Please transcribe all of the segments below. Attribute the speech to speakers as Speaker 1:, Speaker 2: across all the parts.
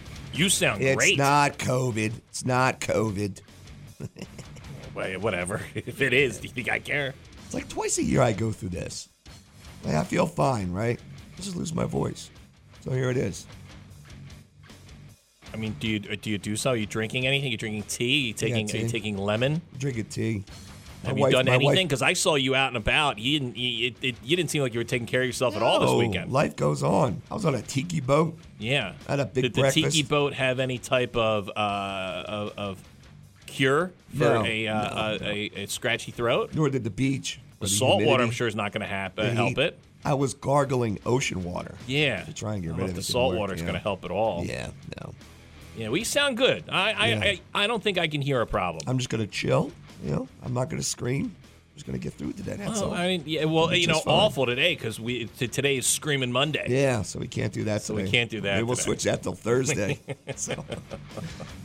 Speaker 1: You sound
Speaker 2: It's
Speaker 1: great.
Speaker 2: not COVID. It's not COVID.
Speaker 1: Wha- Whatever. If it is, do you think I care?
Speaker 2: It's like twice a year I go through this. Like, I feel fine, right? I just lose my voice. So here it is.
Speaker 1: I mean, do you do you do so? Are you drinking anything? you drinking tea? you taking Are you
Speaker 2: tea.
Speaker 1: taking lemon?
Speaker 2: Drinking tea. My
Speaker 1: Have
Speaker 2: wife-
Speaker 1: you done
Speaker 2: my wife-
Speaker 1: anything? Because I saw you out and about. You didn't. You, it, it, you didn't seem like you were taking care of yourself at all this
Speaker 2: No,
Speaker 1: weekend.
Speaker 2: Life goes on. I was on a tiki boat.
Speaker 1: yeah.
Speaker 2: I had a big
Speaker 1: Did the
Speaker 2: breakfast.
Speaker 1: tiki boat have any type of uh, of, of cure for
Speaker 2: No,
Speaker 1: a, uh, a, a a scratchy throat?
Speaker 2: Nor did the beach.
Speaker 1: The
Speaker 2: or
Speaker 1: salt water,
Speaker 2: humidity,
Speaker 1: I'm sure, is not going to hap-
Speaker 2: the
Speaker 1: uh, help
Speaker 2: heat.
Speaker 1: it.
Speaker 2: I was gargling ocean water.
Speaker 1: Yeah.
Speaker 2: To try and get
Speaker 1: I don't
Speaker 2: rid
Speaker 1: know
Speaker 2: of
Speaker 1: if
Speaker 2: it
Speaker 1: the
Speaker 2: didn't
Speaker 1: salt
Speaker 2: work,
Speaker 1: water is
Speaker 2: yeah.
Speaker 1: going to help at all.
Speaker 2: Yeah, no.
Speaker 1: Yeah. We sound good. I I,
Speaker 2: Yeah.
Speaker 1: I I don't think I can hear a problem.
Speaker 2: I'm just gonna chill. You know, I'm not gonna scream. I'm just gonna get through today. That's
Speaker 1: Oh,
Speaker 2: all.
Speaker 1: I mean, yeah, well,
Speaker 2: It'll be
Speaker 1: you know,
Speaker 2: just fine.
Speaker 1: awful today because we t- today is Screaming Monday.
Speaker 2: Yeah, so we can't do that. So
Speaker 1: we can't do that
Speaker 2: Maybe we'll
Speaker 1: today.
Speaker 2: switch that till Thursday. so,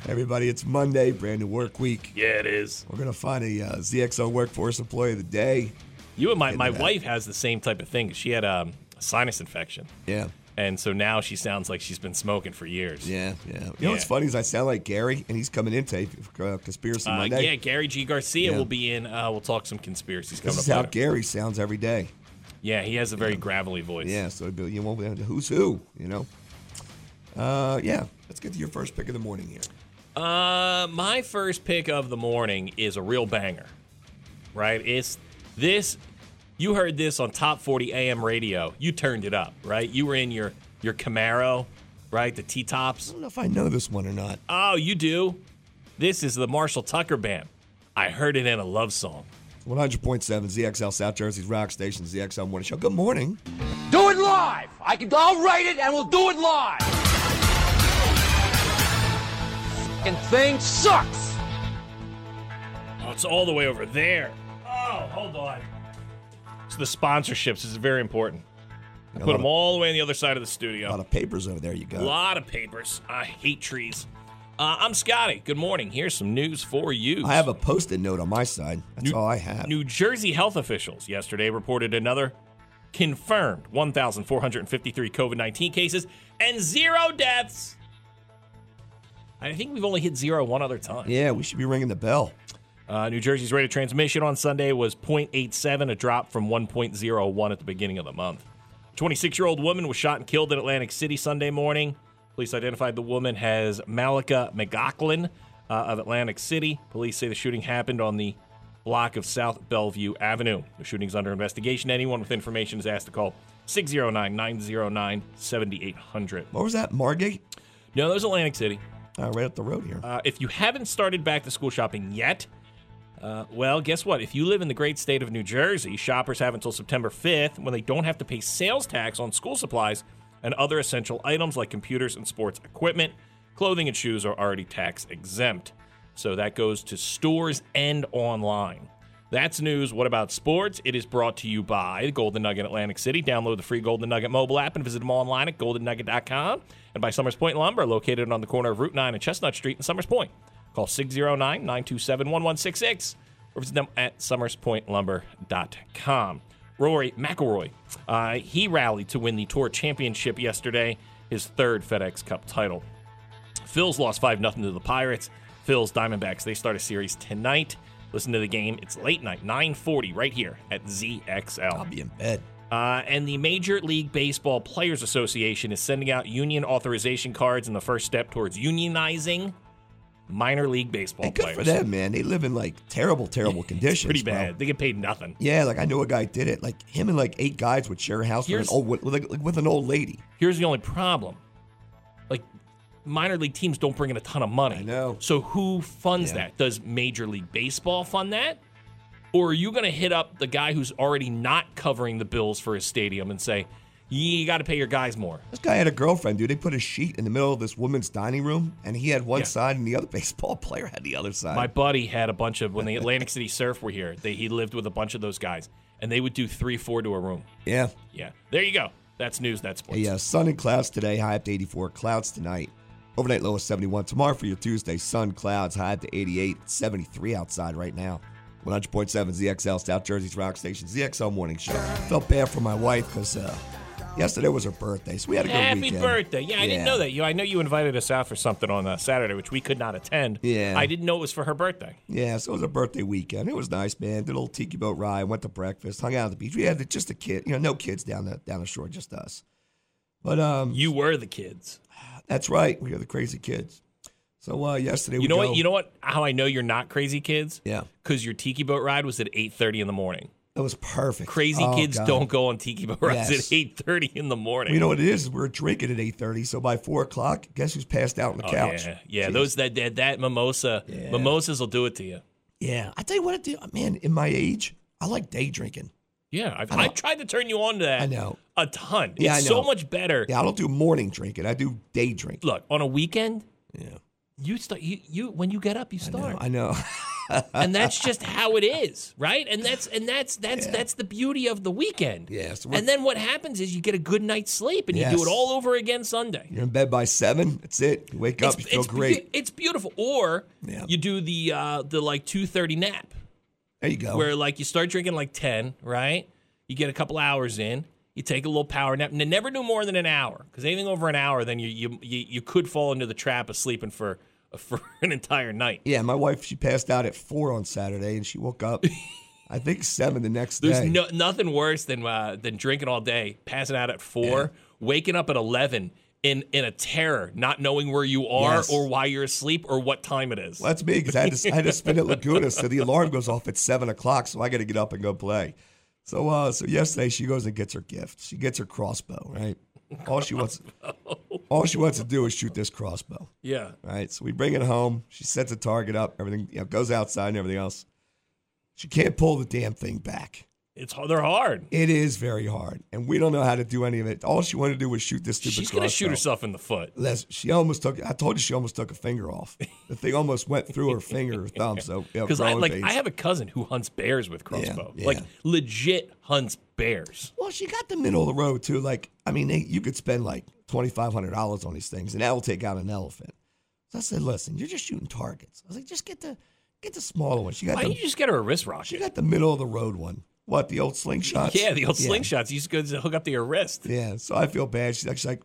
Speaker 2: everybody, it's Monday, brand new work week.
Speaker 1: Yeah, it is.
Speaker 2: We're gonna find a uh, ZXO Workforce Employee of the Day.
Speaker 1: You and my my
Speaker 2: that.
Speaker 1: wife has the same type of thing. She had um, a sinus infection,
Speaker 2: Yeah,
Speaker 1: and so now she sounds like she's been smoking for years.
Speaker 2: yeah, yeah. You know what's
Speaker 1: Yeah.
Speaker 2: funny is I sound like Gary, and he's coming in today for uh, Conspiracy
Speaker 1: Uh,
Speaker 2: Monday.
Speaker 1: yeah, Gary G. Garcia
Speaker 2: Yeah.
Speaker 1: will be in. Uh, we'll talk some conspiracies coming
Speaker 2: This is
Speaker 1: up.
Speaker 2: how
Speaker 1: later.
Speaker 2: Gary sounds every day.
Speaker 1: yeah, he has a very gravelly voice.
Speaker 2: Yeah, so it'd be- you won't be able to- who's who, you know. Uh, yeah, let's get to your first pick of the morning here.
Speaker 1: Uh, my first pick of the morning is a real banger, right? It's this. You heard this on Top 40 AM radio. You turned it up, right? You were in your your Camaro, right? The T tops.
Speaker 2: I don't know if I know this one or not.
Speaker 1: Oh, you do. This is the Marshall Tucker Band. I heard it in a love song.
Speaker 2: 100.7 ZXL South Jersey's rock station, ZXL Morning Show. Good morning.
Speaker 3: Do it live. I can. I'll write it, and we'll do it live. Fucking thing sucks.
Speaker 1: Oh, it's all the way over there. Oh, hold on. So the sponsorships is very important. I put
Speaker 2: lot
Speaker 1: them
Speaker 2: of-
Speaker 1: all the way on the other side of the
Speaker 2: A lot
Speaker 1: studio.
Speaker 2: of papers over there you
Speaker 1: A
Speaker 2: got.
Speaker 1: lot of papers. I hate trees. Uh, I'm Scotty. Good morning. Here's some news for you.
Speaker 2: I have a post-it note on my side. That's all I have.
Speaker 1: New Jersey health officials yesterday reported another confirmed 1,453 COVID 19 cases and zero deaths. I think we've only hit zero one other time.
Speaker 2: yeah, we should be ringing the bell.
Speaker 1: Uh, New Jersey's rate of transmission on Sunday was 0.87, a drop from 1.01 at the beginning of the month. 26 year old woman was shot and killed in Atlantic City Sunday morning. Police identified the woman as Malika McLaughlin uh, of Atlantic City. Police say the shooting happened on the block of South Bellevue Avenue. The shooting's under investigation. Anyone with information is asked to call 609 909 7800.
Speaker 2: What was that, Margate?
Speaker 1: No, that was Atlantic City.
Speaker 2: Uh, right up the road here.
Speaker 1: Uh, if you haven't started back to school shopping yet, uh, well, guess what? If you live in the great state of New Jersey, shoppers have until September 5th when they don't have to pay sales tax on school supplies and other essential items like computers and sports equipment. Clothing and shoes are already tax exempt. So that goes to stores and online. That's news. What about sports? It is brought to you by the Golden Nugget Atlantic City. Download the free Golden Nugget mobile app and visit them online at goldennugget.com. And by Summers Point Lumber, located on the corner of Route 9 and Chestnut Street in Summers Point. Call 609 927 1166 or visit them at summerspointlumber.com. Rory McIlroy, uh, he rallied to win the Tour Championship yesterday, his third FedEx Cup title. Phil's lost 5 0 to the Pirates. Phil's Diamondbacks, they start a series tonight. Listen to the game. It's late night, 940, right here at
Speaker 2: I'll
Speaker 1: ZXL.
Speaker 2: be in bed.
Speaker 1: Uh, and the Major League Baseball Players Association is sending out union authorization cards in the first step towards unionizing. minor league baseball
Speaker 2: And good
Speaker 1: players.
Speaker 2: for them, man. They live in like terrible, terrible conditions.
Speaker 1: Pretty
Speaker 2: bro.
Speaker 1: bad. They get paid nothing.
Speaker 2: Yeah, like I knew a guy did it. Like him and like eight guys would share a house with an
Speaker 1: Here's-
Speaker 2: old with, like, like, with an old lady.
Speaker 1: Here's the only problem. Like minor league teams don't bring in a ton of money.
Speaker 2: I know.
Speaker 1: So who funds
Speaker 2: Yeah.
Speaker 1: that? Does Major League Baseball fund that? Or are you going to hit up the guy who's already not covering the bills for his stadium and say, "You got to pay your guys more."
Speaker 2: This guy had a girlfriend, dude. They put a sheet in the middle of this woman's dining room, and he had one
Speaker 1: Yeah.
Speaker 2: side, and the other baseball player had the other side.
Speaker 1: My buddy had a bunch of when the Atlantic City Surf were here. They, he lived with a bunch of those guys, and they would do three, four to a room.
Speaker 2: yeah.
Speaker 1: Yeah, there you go. That's news. That's sports.
Speaker 2: Yeah, uh, sun and clouds today, high up to 84. Clouds tonight, overnight low of 71. Tomorrow for your Tuesday, sun, clouds, high up to 88. It's 73 outside right now. 100.7 ZXL, South Jersey's Rock Station, ZXL Morning Show. Felt bad for my wife because uh, yesterday was her birthday, so we had a good
Speaker 1: Happy
Speaker 2: weekend.
Speaker 1: birthday! Yeah, I didn't know that. You, I know you invited us out for something on uh, Saturday, which we could not attend.
Speaker 2: Yeah.
Speaker 1: I didn't know it was for her birthday.
Speaker 2: Yeah, so it was a birthday weekend. It was nice, man. Did a little tiki boat ride, went to breakfast, hung out at the beach. We had just a kid, you know, no kids down the down the shore, just us. But um,
Speaker 1: You were the kids.
Speaker 2: that's right, we are the crazy kids. So uh, yesterday,
Speaker 1: You
Speaker 2: we
Speaker 1: know
Speaker 2: go-
Speaker 1: what? You know what? How I know you're not crazy kids?
Speaker 2: Yeah.
Speaker 1: Because your tiki boat ride was at 8:30 in the morning.
Speaker 2: That was perfect.
Speaker 1: Crazy
Speaker 2: Oh,
Speaker 1: kids
Speaker 2: God.
Speaker 1: don't go on tiki boat rides
Speaker 2: Yes.
Speaker 1: at 8:30 in the morning.
Speaker 2: You know what it is? We're drinking at eight thirty, so by four o'clock, guess who's passed out on the
Speaker 1: Oh,
Speaker 2: couch?
Speaker 1: Yeah, yeah.
Speaker 2: Jeez.
Speaker 1: Those that that, that mimosa mimosas will do it to you.
Speaker 2: Yeah, I tell you what, I do, man. In my age, I like day drinking.
Speaker 1: Yeah, I've,
Speaker 2: know.
Speaker 1: I've tried to turn you on to that.
Speaker 2: I know.
Speaker 1: a ton.
Speaker 2: Yeah,
Speaker 1: it's
Speaker 2: I
Speaker 1: so
Speaker 2: know.
Speaker 1: much better.
Speaker 2: Yeah, I don't do morning drinking. I do day drinking.
Speaker 1: Look, on a weekend,
Speaker 2: Yeah,
Speaker 1: you start you, you when you get up, you
Speaker 2: I know.
Speaker 1: start,
Speaker 2: I know.
Speaker 1: and that's just how it is, right? And that's and that's that's that's the beauty of the weekend.
Speaker 2: Yeah, so we're-
Speaker 1: and then what happens is you get a good night's sleep, and you do
Speaker 2: Yes.
Speaker 1: it all over again Sunday.
Speaker 2: You're in bed by seven. That's it. You wake up, you feel
Speaker 1: it's, beau-
Speaker 2: great.
Speaker 1: it's beautiful. Or
Speaker 2: Yeah.
Speaker 1: you do the uh, the like two thirty nap.
Speaker 2: There you go.
Speaker 1: where like you start drinking like 10, right? You get a couple hours in, you take a little power nap, and never do more than an hour because anything over an hour, then you, you you you could fall into the trap of sleeping for for an entire night.
Speaker 2: Yeah, my wife she passed out at four on Saturday, and she woke up, I think seven the next
Speaker 1: There's
Speaker 2: day.
Speaker 1: no, nothing worse than uh, than drinking all day, passing out at four, waking up at eleven. In, in a terror, not knowing where you are
Speaker 2: Yes.
Speaker 1: or why you're asleep or what time it is.
Speaker 2: Well, that's me because I, had to- I had to spin at Laguna, so the alarm goes off at seven o'clock, so I got to get up and go play. So, uh, so yesterday she goes and gets her gift. She gets her crossbow, right? All she wants, all she wants to do is shoot this crossbow,
Speaker 1: Yeah.
Speaker 2: right? So we bring it home. She sets a target up. Everything you know, goes outside and everything else. She can't pull the damn thing back.
Speaker 1: It's hard- they're hard.
Speaker 2: It is very hard, and we don't know how to do any of it. All she wanted to do was shoot this stupid.
Speaker 1: She's going to shoot
Speaker 2: crossbow.
Speaker 1: herself in the foot.
Speaker 2: Les- she almost took. I told you she almost took a finger off. The thing almost went through her finger or thumb. So
Speaker 1: Because I like I have a cousin who hunts bears with crossbow.
Speaker 2: yeah.
Speaker 1: Like legit hunts bears.
Speaker 2: Well, she got the middle of the road too. Like I mean, they, you could spend like twenty five hundred dollars on these things, and that will take out an elephant. So I said, "Listen, you're just shooting targets." I was like, "Just get the get the smaller one." She got
Speaker 1: Why
Speaker 2: the
Speaker 1: don't you just get her a wrist
Speaker 2: she
Speaker 1: rocket?
Speaker 2: got the middle of the road one. What the old slingshot?
Speaker 1: Yeah, the old slingshots. You just go to hook up to your wrist.
Speaker 2: Yeah. So I feel bad. She's actually like,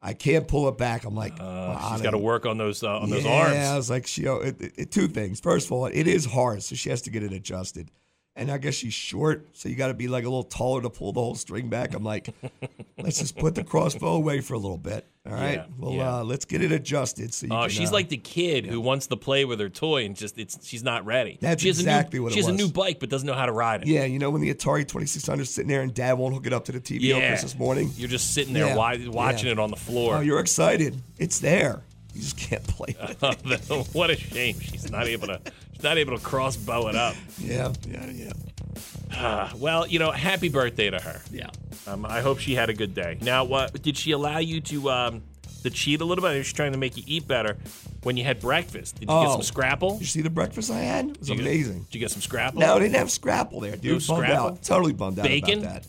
Speaker 2: "I can't pull it back." I'm like, "Wow,
Speaker 1: Uh, She's
Speaker 2: I
Speaker 1: got to
Speaker 2: don't-
Speaker 1: work on those uh, on those
Speaker 2: Yeah, I
Speaker 1: arms.
Speaker 2: was like, she, oh, it, it- it- two things. First of all, it is hard, so she has to get it adjusted. And I guess she's short, so you got to be like a little taller to pull the whole string back. I'm like, let's just put the crossbow away for a little bit. All right.
Speaker 1: Yeah,
Speaker 2: well,
Speaker 1: yeah.
Speaker 2: uh, let's get it adjusted. So you
Speaker 1: Oh,
Speaker 2: can,
Speaker 1: she's
Speaker 2: uh,
Speaker 1: like the kid who wants to play with her toy and just it's she's not ready.
Speaker 2: That's
Speaker 1: she has
Speaker 2: exactly
Speaker 1: a new,
Speaker 2: what it
Speaker 1: She has
Speaker 2: was.
Speaker 1: a new bike but doesn't know how to ride it.
Speaker 2: yeah, you know, when the Atari 2600 is sitting there and dad won't hook it up to the TV on
Speaker 1: Yeah.
Speaker 2: Christmas morning.
Speaker 1: You're just sitting there
Speaker 2: Yeah.
Speaker 1: wi- watching
Speaker 2: Yeah.
Speaker 1: it on the floor.
Speaker 2: Oh, you're excited. It's there. You just can't play with it.
Speaker 1: Oh, what a shame she's not able to she's not able to crossbow it up.
Speaker 2: yeah, yeah, yeah.
Speaker 1: Well, you know, happy birthday to her.
Speaker 2: Yeah.
Speaker 1: Um, I hope she had a good day. Now, what did she allow you to um, to cheat a little bit? Or was she trying to make you eat better when you had breakfast? Did you get
Speaker 2: Oh.
Speaker 1: some scrapple?
Speaker 2: You see the breakfast I had? It was
Speaker 1: Did you get-
Speaker 2: amazing.
Speaker 1: Did you get some scrapple?
Speaker 2: No, they didn't have scrapple there, dude.
Speaker 1: No
Speaker 2: bummed
Speaker 1: scrapple?
Speaker 2: out. Totally bummed out
Speaker 1: Bacon?
Speaker 2: about that.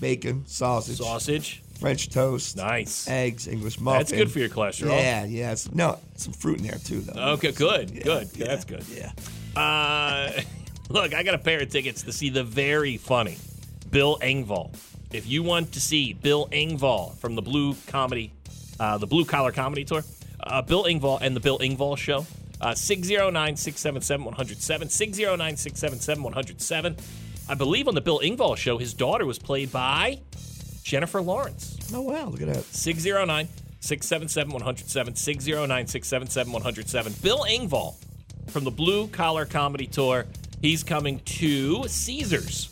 Speaker 2: Bacon, sausage,
Speaker 1: Sausage.
Speaker 2: French toast,
Speaker 1: Nice.
Speaker 2: eggs, English muffin.
Speaker 1: That's good for your cholesterol.
Speaker 2: Yeah, yeah. it's- no, some fruit in there too, though.
Speaker 1: Okay, good,
Speaker 2: Yeah,
Speaker 1: good.
Speaker 2: yeah,
Speaker 1: That's good.
Speaker 2: Yeah.
Speaker 1: Uh, look, I got a pair of tickets to see the very funny Bill Engvall. If you want to see Bill Engvall from the Blue Comedy, uh, the Blue Collar Comedy Tour, uh, Bill Engvall and the Bill Engvall Show, uh, 609 677 107, 609 677 107. I believe on the Bill Engvall Show, his daughter was played by Jennifer Lawrence.
Speaker 2: Oh wow, look at that.
Speaker 1: 609 677 107, 609 677 107. Bill Engvall from the Blue Collar Comedy Tour. He's coming to Caesars.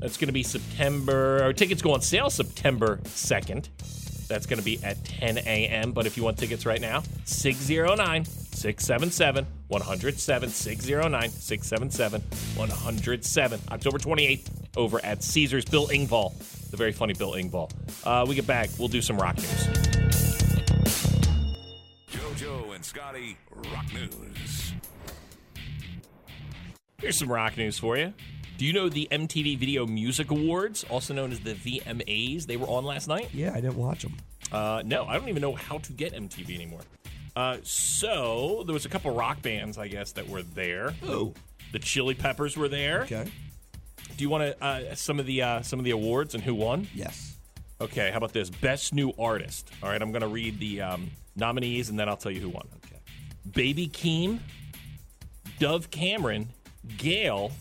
Speaker 1: That's going to be September. Our tickets go on sale September 2nd. That's going to be at 10 a.m. But if you want tickets right now, 609 677 107. 609 677 107. October 28th over at Caesars. Bill Ingvall, the very funny Bill Ingvall. Uh, we get back, we'll do some rock news.
Speaker 4: JoJo and Scotty Rock News.
Speaker 1: Here's some rock news for you. Do you know the MTV Video Music Awards, also known as the VMAs, they were on last night?
Speaker 2: Yeah, I didn't watch them.
Speaker 1: Uh, no, I don't even know how to get MTV anymore. Uh, so there was a couple rock bands, I guess, that were there.
Speaker 2: Oh,
Speaker 1: The Chili Peppers were there.
Speaker 2: okay.
Speaker 1: Do you want to uh, some of the uh, some of the awards and who won?
Speaker 2: Yes.
Speaker 1: Okay, how about this? Best New Artist. All right, I'm going to read the um, nominees and then I'll tell you who won. Okay. Baby Keem, Dove Cameron, Gail,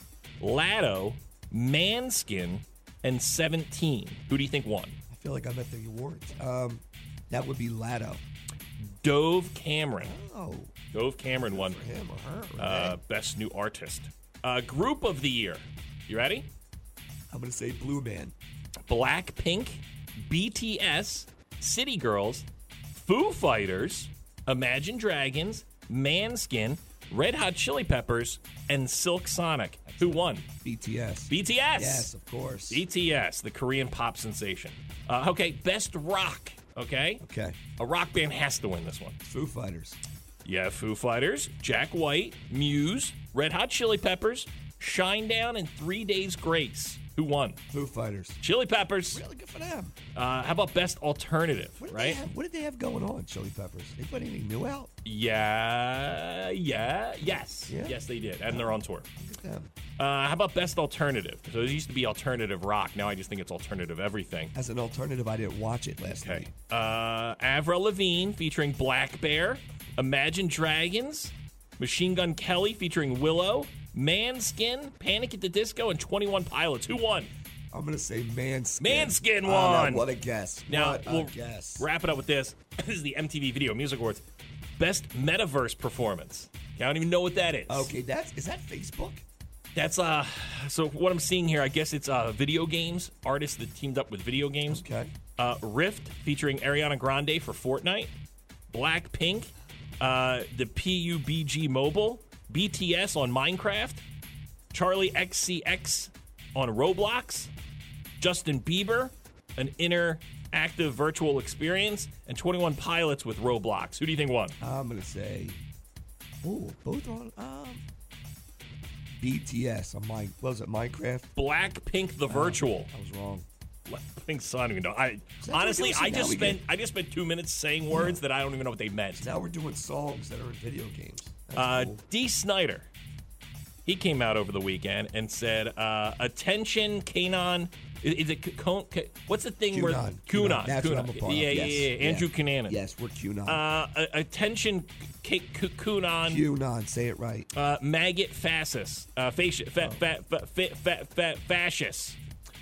Speaker 1: Lado, Manskin, and 17. Who do you think won?
Speaker 2: I feel like I'm at the awards. Um, that would be Lado.
Speaker 1: Dove Cameron.
Speaker 2: Oh,
Speaker 1: Dove Cameron won
Speaker 2: him or her. or
Speaker 1: uh,
Speaker 2: they.
Speaker 1: Best New Artist. Uh, group of the Year. You ready?
Speaker 2: I'm gonna say Blue Man.
Speaker 1: Blackpink, BTS, City Girls, Foo Fighters, Imagine Dragons, Manskin, Red Hot Chili Peppers, and Silk Sonic. Who won?
Speaker 2: BTS.
Speaker 1: BTS.
Speaker 2: Yes, of course.
Speaker 1: BTS, the Korean pop sensation. Uh, okay, best rock. Okay,
Speaker 2: okay.
Speaker 1: a rock band has to win this one.
Speaker 2: Foo Fighters.
Speaker 1: Yeah, Foo Fighters, Jack White, Muse, Red Hot Chili Peppers, Shinedown, and Three Days Grace. Who won?
Speaker 2: Foo Fighters.
Speaker 1: Chili Peppers.
Speaker 2: Really good for them.
Speaker 1: Uh, how about best alternative?
Speaker 2: What did They
Speaker 1: right?
Speaker 2: have, what did they have going on? Chili Peppers. They put anything new out?
Speaker 1: Yeah, yeah, yes,
Speaker 2: Yeah?
Speaker 1: yes, they did, and they're on tour.
Speaker 2: Look at them.
Speaker 1: Uh, how about best alternative? So it used to be alternative rock. Now I just think it's alternative everything.
Speaker 2: As an alternative, I didn't watch it last
Speaker 1: Okay.
Speaker 2: night.
Speaker 1: Uh, Avril Lavigne featuring Black Bear, Imagine Dragons, Machine Gun Kelly featuring Willow, Manskin, Panic at the Disco, and Twenty One Pilots. Who won?
Speaker 2: I'm gonna say Manskin.
Speaker 1: Manskin
Speaker 2: Ah,
Speaker 1: won.
Speaker 2: what a guess.
Speaker 1: Now
Speaker 2: what
Speaker 1: we'll
Speaker 2: a guess.
Speaker 1: wrap it up with this. this is the MTV Video Music Awards. Best Metaverse Performance. I don't even know what that is.
Speaker 2: okay, that's is that Facebook?
Speaker 1: That's uh so what I'm seeing here, I guess it's uh video games, artists that teamed up with video games.
Speaker 2: Okay.
Speaker 1: Uh Rift featuring Ariana Grande for Fortnite, Blackpink, uh the PUBG Mobile, BTS on Minecraft, Charlie XCX on Roblox, Justin Bieber, an interactive virtual experience, and 21 Pilots with Roblox. Who do you think won?
Speaker 2: I'm gonna say, oh, both on um, BTS. On my what was it Minecraft?
Speaker 1: Blackpink the Virtual.
Speaker 2: I was wrong.
Speaker 1: What? Thanks, I don't even know. I
Speaker 2: that what
Speaker 1: honestly,
Speaker 2: it is?
Speaker 1: I
Speaker 2: Now
Speaker 1: just
Speaker 2: we get-
Speaker 1: spent I just spent two minutes saying words that I don't even know what they meant.
Speaker 2: Now we're doing songs that are in video games. That's
Speaker 1: Uh,
Speaker 2: cool.
Speaker 1: D. Snyder, he came out over the weekend and said, uh, "Attention, Kanon." Is, is it K- K- what's the thing where
Speaker 2: QAnon.
Speaker 1: Kunan?
Speaker 2: That's what I'm a part of.
Speaker 1: yeah, yeah,
Speaker 2: Yes.
Speaker 1: yeah, Andrew Cunanan.
Speaker 2: Yes, we're QAnon.
Speaker 1: Uh, a- attention, K- K- Kunan.
Speaker 2: QAnon. Say it right.
Speaker 1: uh, maggot fascist, uh, fasci- fa- fa- fa- fa- fa- fa- fascist.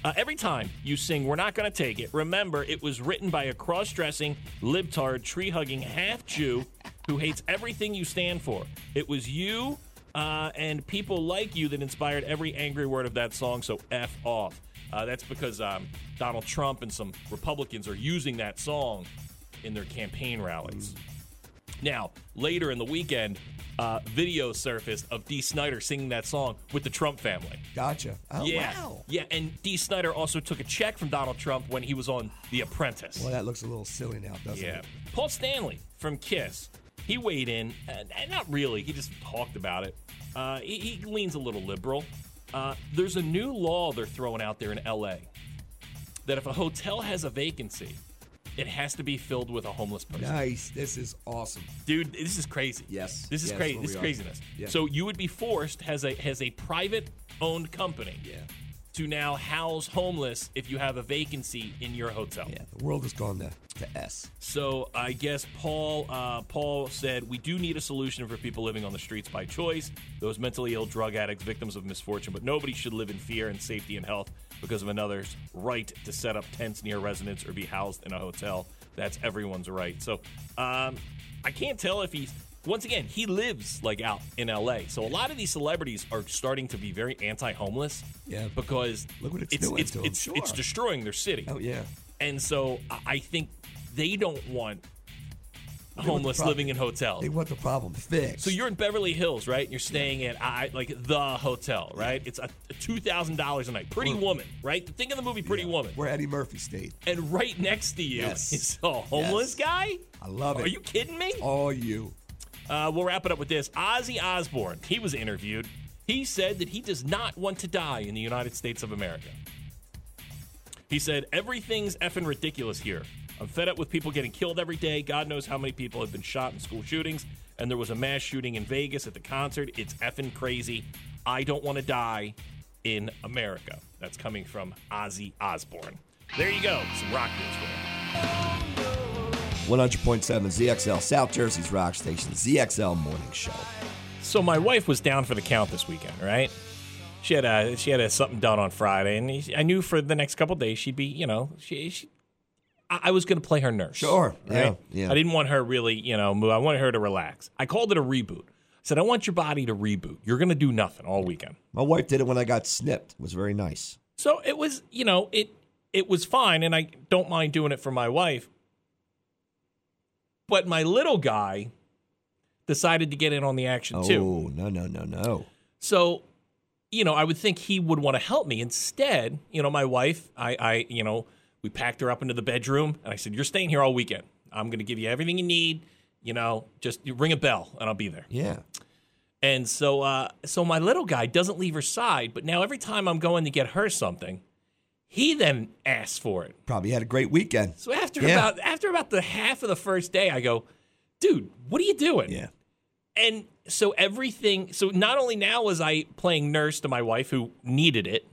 Speaker 1: Uh, every time you sing We're Not Gonna Take It, remember it was written by a cross dressing, libtard, tree hugging half Jew who hates everything you stand for. It was you uh, and people like you that inspired every angry word of that song, so F off. Uh, that's because um, Donald Trump and some Republicans are using that song in their campaign rallies. Now, later in the weekend, uh, video surfaced of Dee Snyder singing that song with the Trump family.
Speaker 2: Gotcha. Oh
Speaker 1: yeah.
Speaker 2: wow.
Speaker 1: Yeah, and Dee Snyder also took a check from Donald Trump when he was on The Apprentice.
Speaker 2: Well, that looks a little silly now, doesn't
Speaker 1: yeah.
Speaker 2: it?
Speaker 1: Paul Stanley from Kiss, he weighed in, and, and not really, he just talked about it. Uh, he, he leans a little liberal. Uh, there's a new law they're throwing out there in LA that if a hotel has a vacancy, it has to be filled with a homeless person
Speaker 2: Nice. This is awesome.
Speaker 1: dude this is crazy
Speaker 2: Yes.
Speaker 1: this is
Speaker 2: Yes,
Speaker 1: crazy
Speaker 2: where
Speaker 1: this
Speaker 2: we
Speaker 1: is
Speaker 2: are.
Speaker 1: craziness
Speaker 2: Yeah.
Speaker 1: so you would be forced as a as a private owned company
Speaker 2: Yeah.
Speaker 1: to now house homeless if you have a vacancy in your hotel
Speaker 2: Yeah. The world has gone to, to S.
Speaker 1: so I guess Paul uh, Paul said we do need a solution for people living on the streets by choice, those mentally ill, drug addicts, victims of misfortune. But nobody should live in fear and safety and health because of another's right to set up tents near residence or be housed in a hotel. That's everyone's right. So um, I can't tell if he's. Once again, he lives like out in LA. So a lot of these celebrities are starting to be very anti homeless.
Speaker 2: Yeah.
Speaker 1: Because
Speaker 2: Look what it's
Speaker 1: it's,
Speaker 2: doing
Speaker 1: it's,
Speaker 2: to 'em.
Speaker 1: it's, it's
Speaker 2: Sure.
Speaker 1: destroying their city.
Speaker 2: Oh yeah.
Speaker 1: And so I- I think they don't want
Speaker 2: the
Speaker 1: homeless
Speaker 2: problem.
Speaker 1: living in hotels.
Speaker 2: They want the problem fixed.
Speaker 1: Oh. So you're in Beverly Hills, right? And you're staying at I like the hotel, right? It's a two thousand dollars a night. Pretty Woman, right? Think of the movie Pretty Woman.
Speaker 2: We're Eddie Murphy state.
Speaker 1: And right next to you
Speaker 2: Yes.
Speaker 1: is a homeless
Speaker 2: Yes.
Speaker 1: guy.
Speaker 2: I love it.
Speaker 1: Are you kidding me?
Speaker 2: All you.
Speaker 1: Uh, we'll wrap it up with this. Ozzy Osbourne. He was interviewed. He said that he does not want to die in the United States of America. He said, Everything's effing ridiculous here. I'm fed up with people getting killed every day. God knows how many people have been shot in school shootings. And there was a mass shooting in Vegas at the concert. It's effing crazy. I don't want to die in America. That's coming from Ozzy Osbourne. There you go. Some rock news for you.
Speaker 2: 100.7 ZXL South Jersey's Rock Station ZXL Morning Show.
Speaker 1: So my wife was down for the count this weekend, right? She had a she had a something done on Friday, and I knew for the next couple days she'd be, you know, she, she I, I was going to play her nurse.
Speaker 2: Sure.
Speaker 1: right?
Speaker 2: Yeah. Yeah.
Speaker 1: I didn't want her really, you know, move. I wanted her to relax. I called it a reboot. I said, I want your body to reboot. You're going to do nothing all weekend.
Speaker 2: My wife did it when I got snipped. It was very nice.
Speaker 1: So it was, you know, it it was fine, and I don't mind doing it for my wife. But my little guy decided to get in on the action too.
Speaker 2: Oh no no no no.
Speaker 1: So, you know, I would think he would want to help me. Instead, you know, my wife, I, I, you know, we packed her up into the bedroom, and I said, "You're staying here all weekend. I'm going to give you everything you need. You know, just you ring a bell, and I'll be there."
Speaker 2: Yeah.
Speaker 1: And so, uh, so my little guy doesn't leave her side. But now, every time I'm going to get her something, he then asks for it.
Speaker 2: Probably had a great weekend.
Speaker 1: So after
Speaker 2: Yeah.
Speaker 1: about after about the half of the first day, I go, "Dude, what are you doing?"
Speaker 2: Yeah.
Speaker 1: and so everything so not only now was i playing nurse to my wife who needed it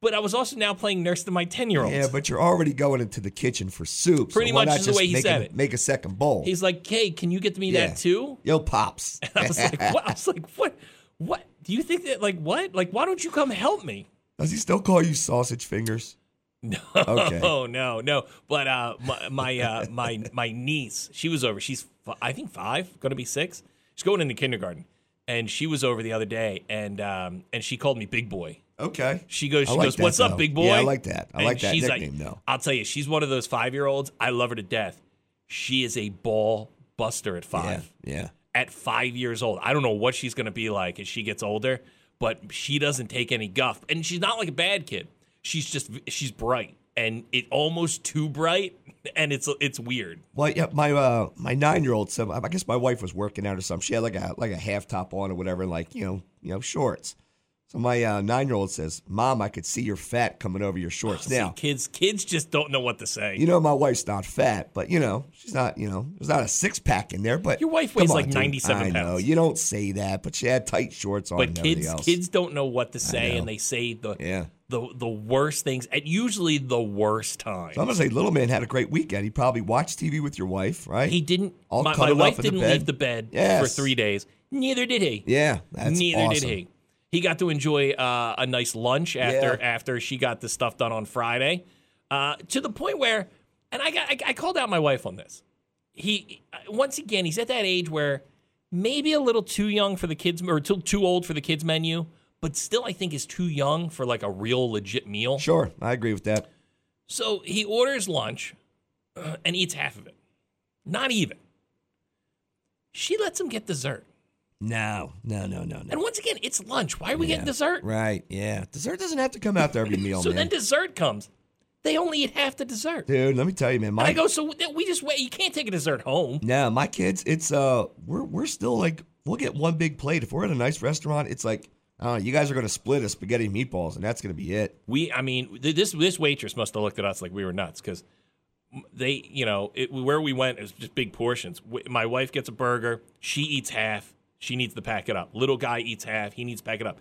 Speaker 1: but i was also now playing nurse to my 10 year old
Speaker 2: Yeah, but you're already going into the kitchen for soup. so
Speaker 1: Pretty
Speaker 2: why
Speaker 1: much
Speaker 2: not
Speaker 1: is the
Speaker 2: just
Speaker 1: way he
Speaker 2: make
Speaker 1: said
Speaker 2: a,
Speaker 1: it.
Speaker 2: Make a second bowl.
Speaker 1: he's like hey can you get me
Speaker 2: Yeah.
Speaker 1: that too
Speaker 2: Yo, pops.
Speaker 1: i was like what i was like what what do you think that like what like why don't you come help me
Speaker 2: Does he still call you sausage fingers?
Speaker 1: no
Speaker 2: Okay.
Speaker 1: oh no no but uh my my uh, my, my niece she was over she's f- i think five gonna be six she's going into kindergarten and she was over the other day and um and she called me big boy
Speaker 2: Okay.
Speaker 1: She goes,
Speaker 2: I
Speaker 1: she
Speaker 2: like
Speaker 1: goes,
Speaker 2: that,
Speaker 1: what's
Speaker 2: though.
Speaker 1: up, big boy?
Speaker 2: Yeah, I like that. I
Speaker 1: And
Speaker 2: like that
Speaker 1: she's
Speaker 2: nickname, though.
Speaker 1: I'll tell you, she's one of those five year olds. I love her to death. She is a ball buster at
Speaker 2: Yeah.
Speaker 1: five.
Speaker 2: Yeah.
Speaker 1: At five years old, I don't know what she's going to be like as she gets older, but she doesn't take any guff. And she's not like a bad kid. She's just, she's bright and it almost too bright. And it's, it's weird.
Speaker 2: Well, yeah, my uh, my nine year old. So I guess my wife was working out or something. She had like a like a half top on or whatever, like you know, you know, shorts. So my uh, nine year old says, "Mom, I could see your fat coming over your shorts."
Speaker 1: Oh, See,
Speaker 2: now,
Speaker 1: kids, kids just don't know what to say.
Speaker 2: you know, my wife's not fat, but you know, she's not. You know, there's not a six pack in there. But
Speaker 1: Your wife
Speaker 2: come
Speaker 1: weighs
Speaker 2: on,
Speaker 1: like
Speaker 2: dude.
Speaker 1: 97
Speaker 2: I know
Speaker 1: pounds.
Speaker 2: you don't say that, but she had tight shorts on.
Speaker 1: but
Speaker 2: and everything
Speaker 1: kids
Speaker 2: else.
Speaker 1: kids don't know what to say
Speaker 2: know.
Speaker 1: and they say the
Speaker 2: Yeah.
Speaker 1: the the worst things at usually the worst time
Speaker 2: So I'm gonna say, little man had a great weekend. He probably watched TV with your wife, right?
Speaker 1: he didn't
Speaker 2: All
Speaker 1: my, my
Speaker 2: cuddled up
Speaker 1: wife
Speaker 2: in the
Speaker 1: didn't
Speaker 2: bed.
Speaker 1: leave the bed for
Speaker 2: Yes.
Speaker 1: 3 days neither did he
Speaker 2: Yeah, that's
Speaker 1: neither
Speaker 2: awesome.
Speaker 1: did he he got to enjoy uh, a nice lunch after
Speaker 2: Yeah.
Speaker 1: after she got the stuff done on Friday uh, to the point where and I got I, I called out my wife on this he uh, once again he's at that age where maybe a little too young for the kids or too too old for the kids menu but still I think is too young for like a real legit meal
Speaker 2: Sure, I agree with that.
Speaker 1: so he orders lunch uh, and eats half of it. Not even. She lets him get dessert.
Speaker 2: No, no, no, no, no.
Speaker 1: And once again, it's lunch. Why are we getting dessert?
Speaker 2: Right? Yeah, dessert doesn't have to come after every meal,
Speaker 1: So
Speaker 2: man.
Speaker 1: then dessert comes. They only eat half the dessert.
Speaker 2: Dude, let me tell you, man.
Speaker 1: and I
Speaker 2: My
Speaker 1: go, so th- we just wait. You can't take a dessert home.
Speaker 2: no, my kids. It's uh, we're we're still like we'll get one big plate if we're at a nice restaurant. It's like I don't know, you guys are gonna split a spaghetti and meatballs, and that's gonna be it.
Speaker 1: We, I mean, th- this this waitress must have looked at us like we were nuts because they, you know, it, where we went is just big portions. W- my wife gets a burger, she eats half, she needs to pack it up. Little guy eats half, he needs to pack it up.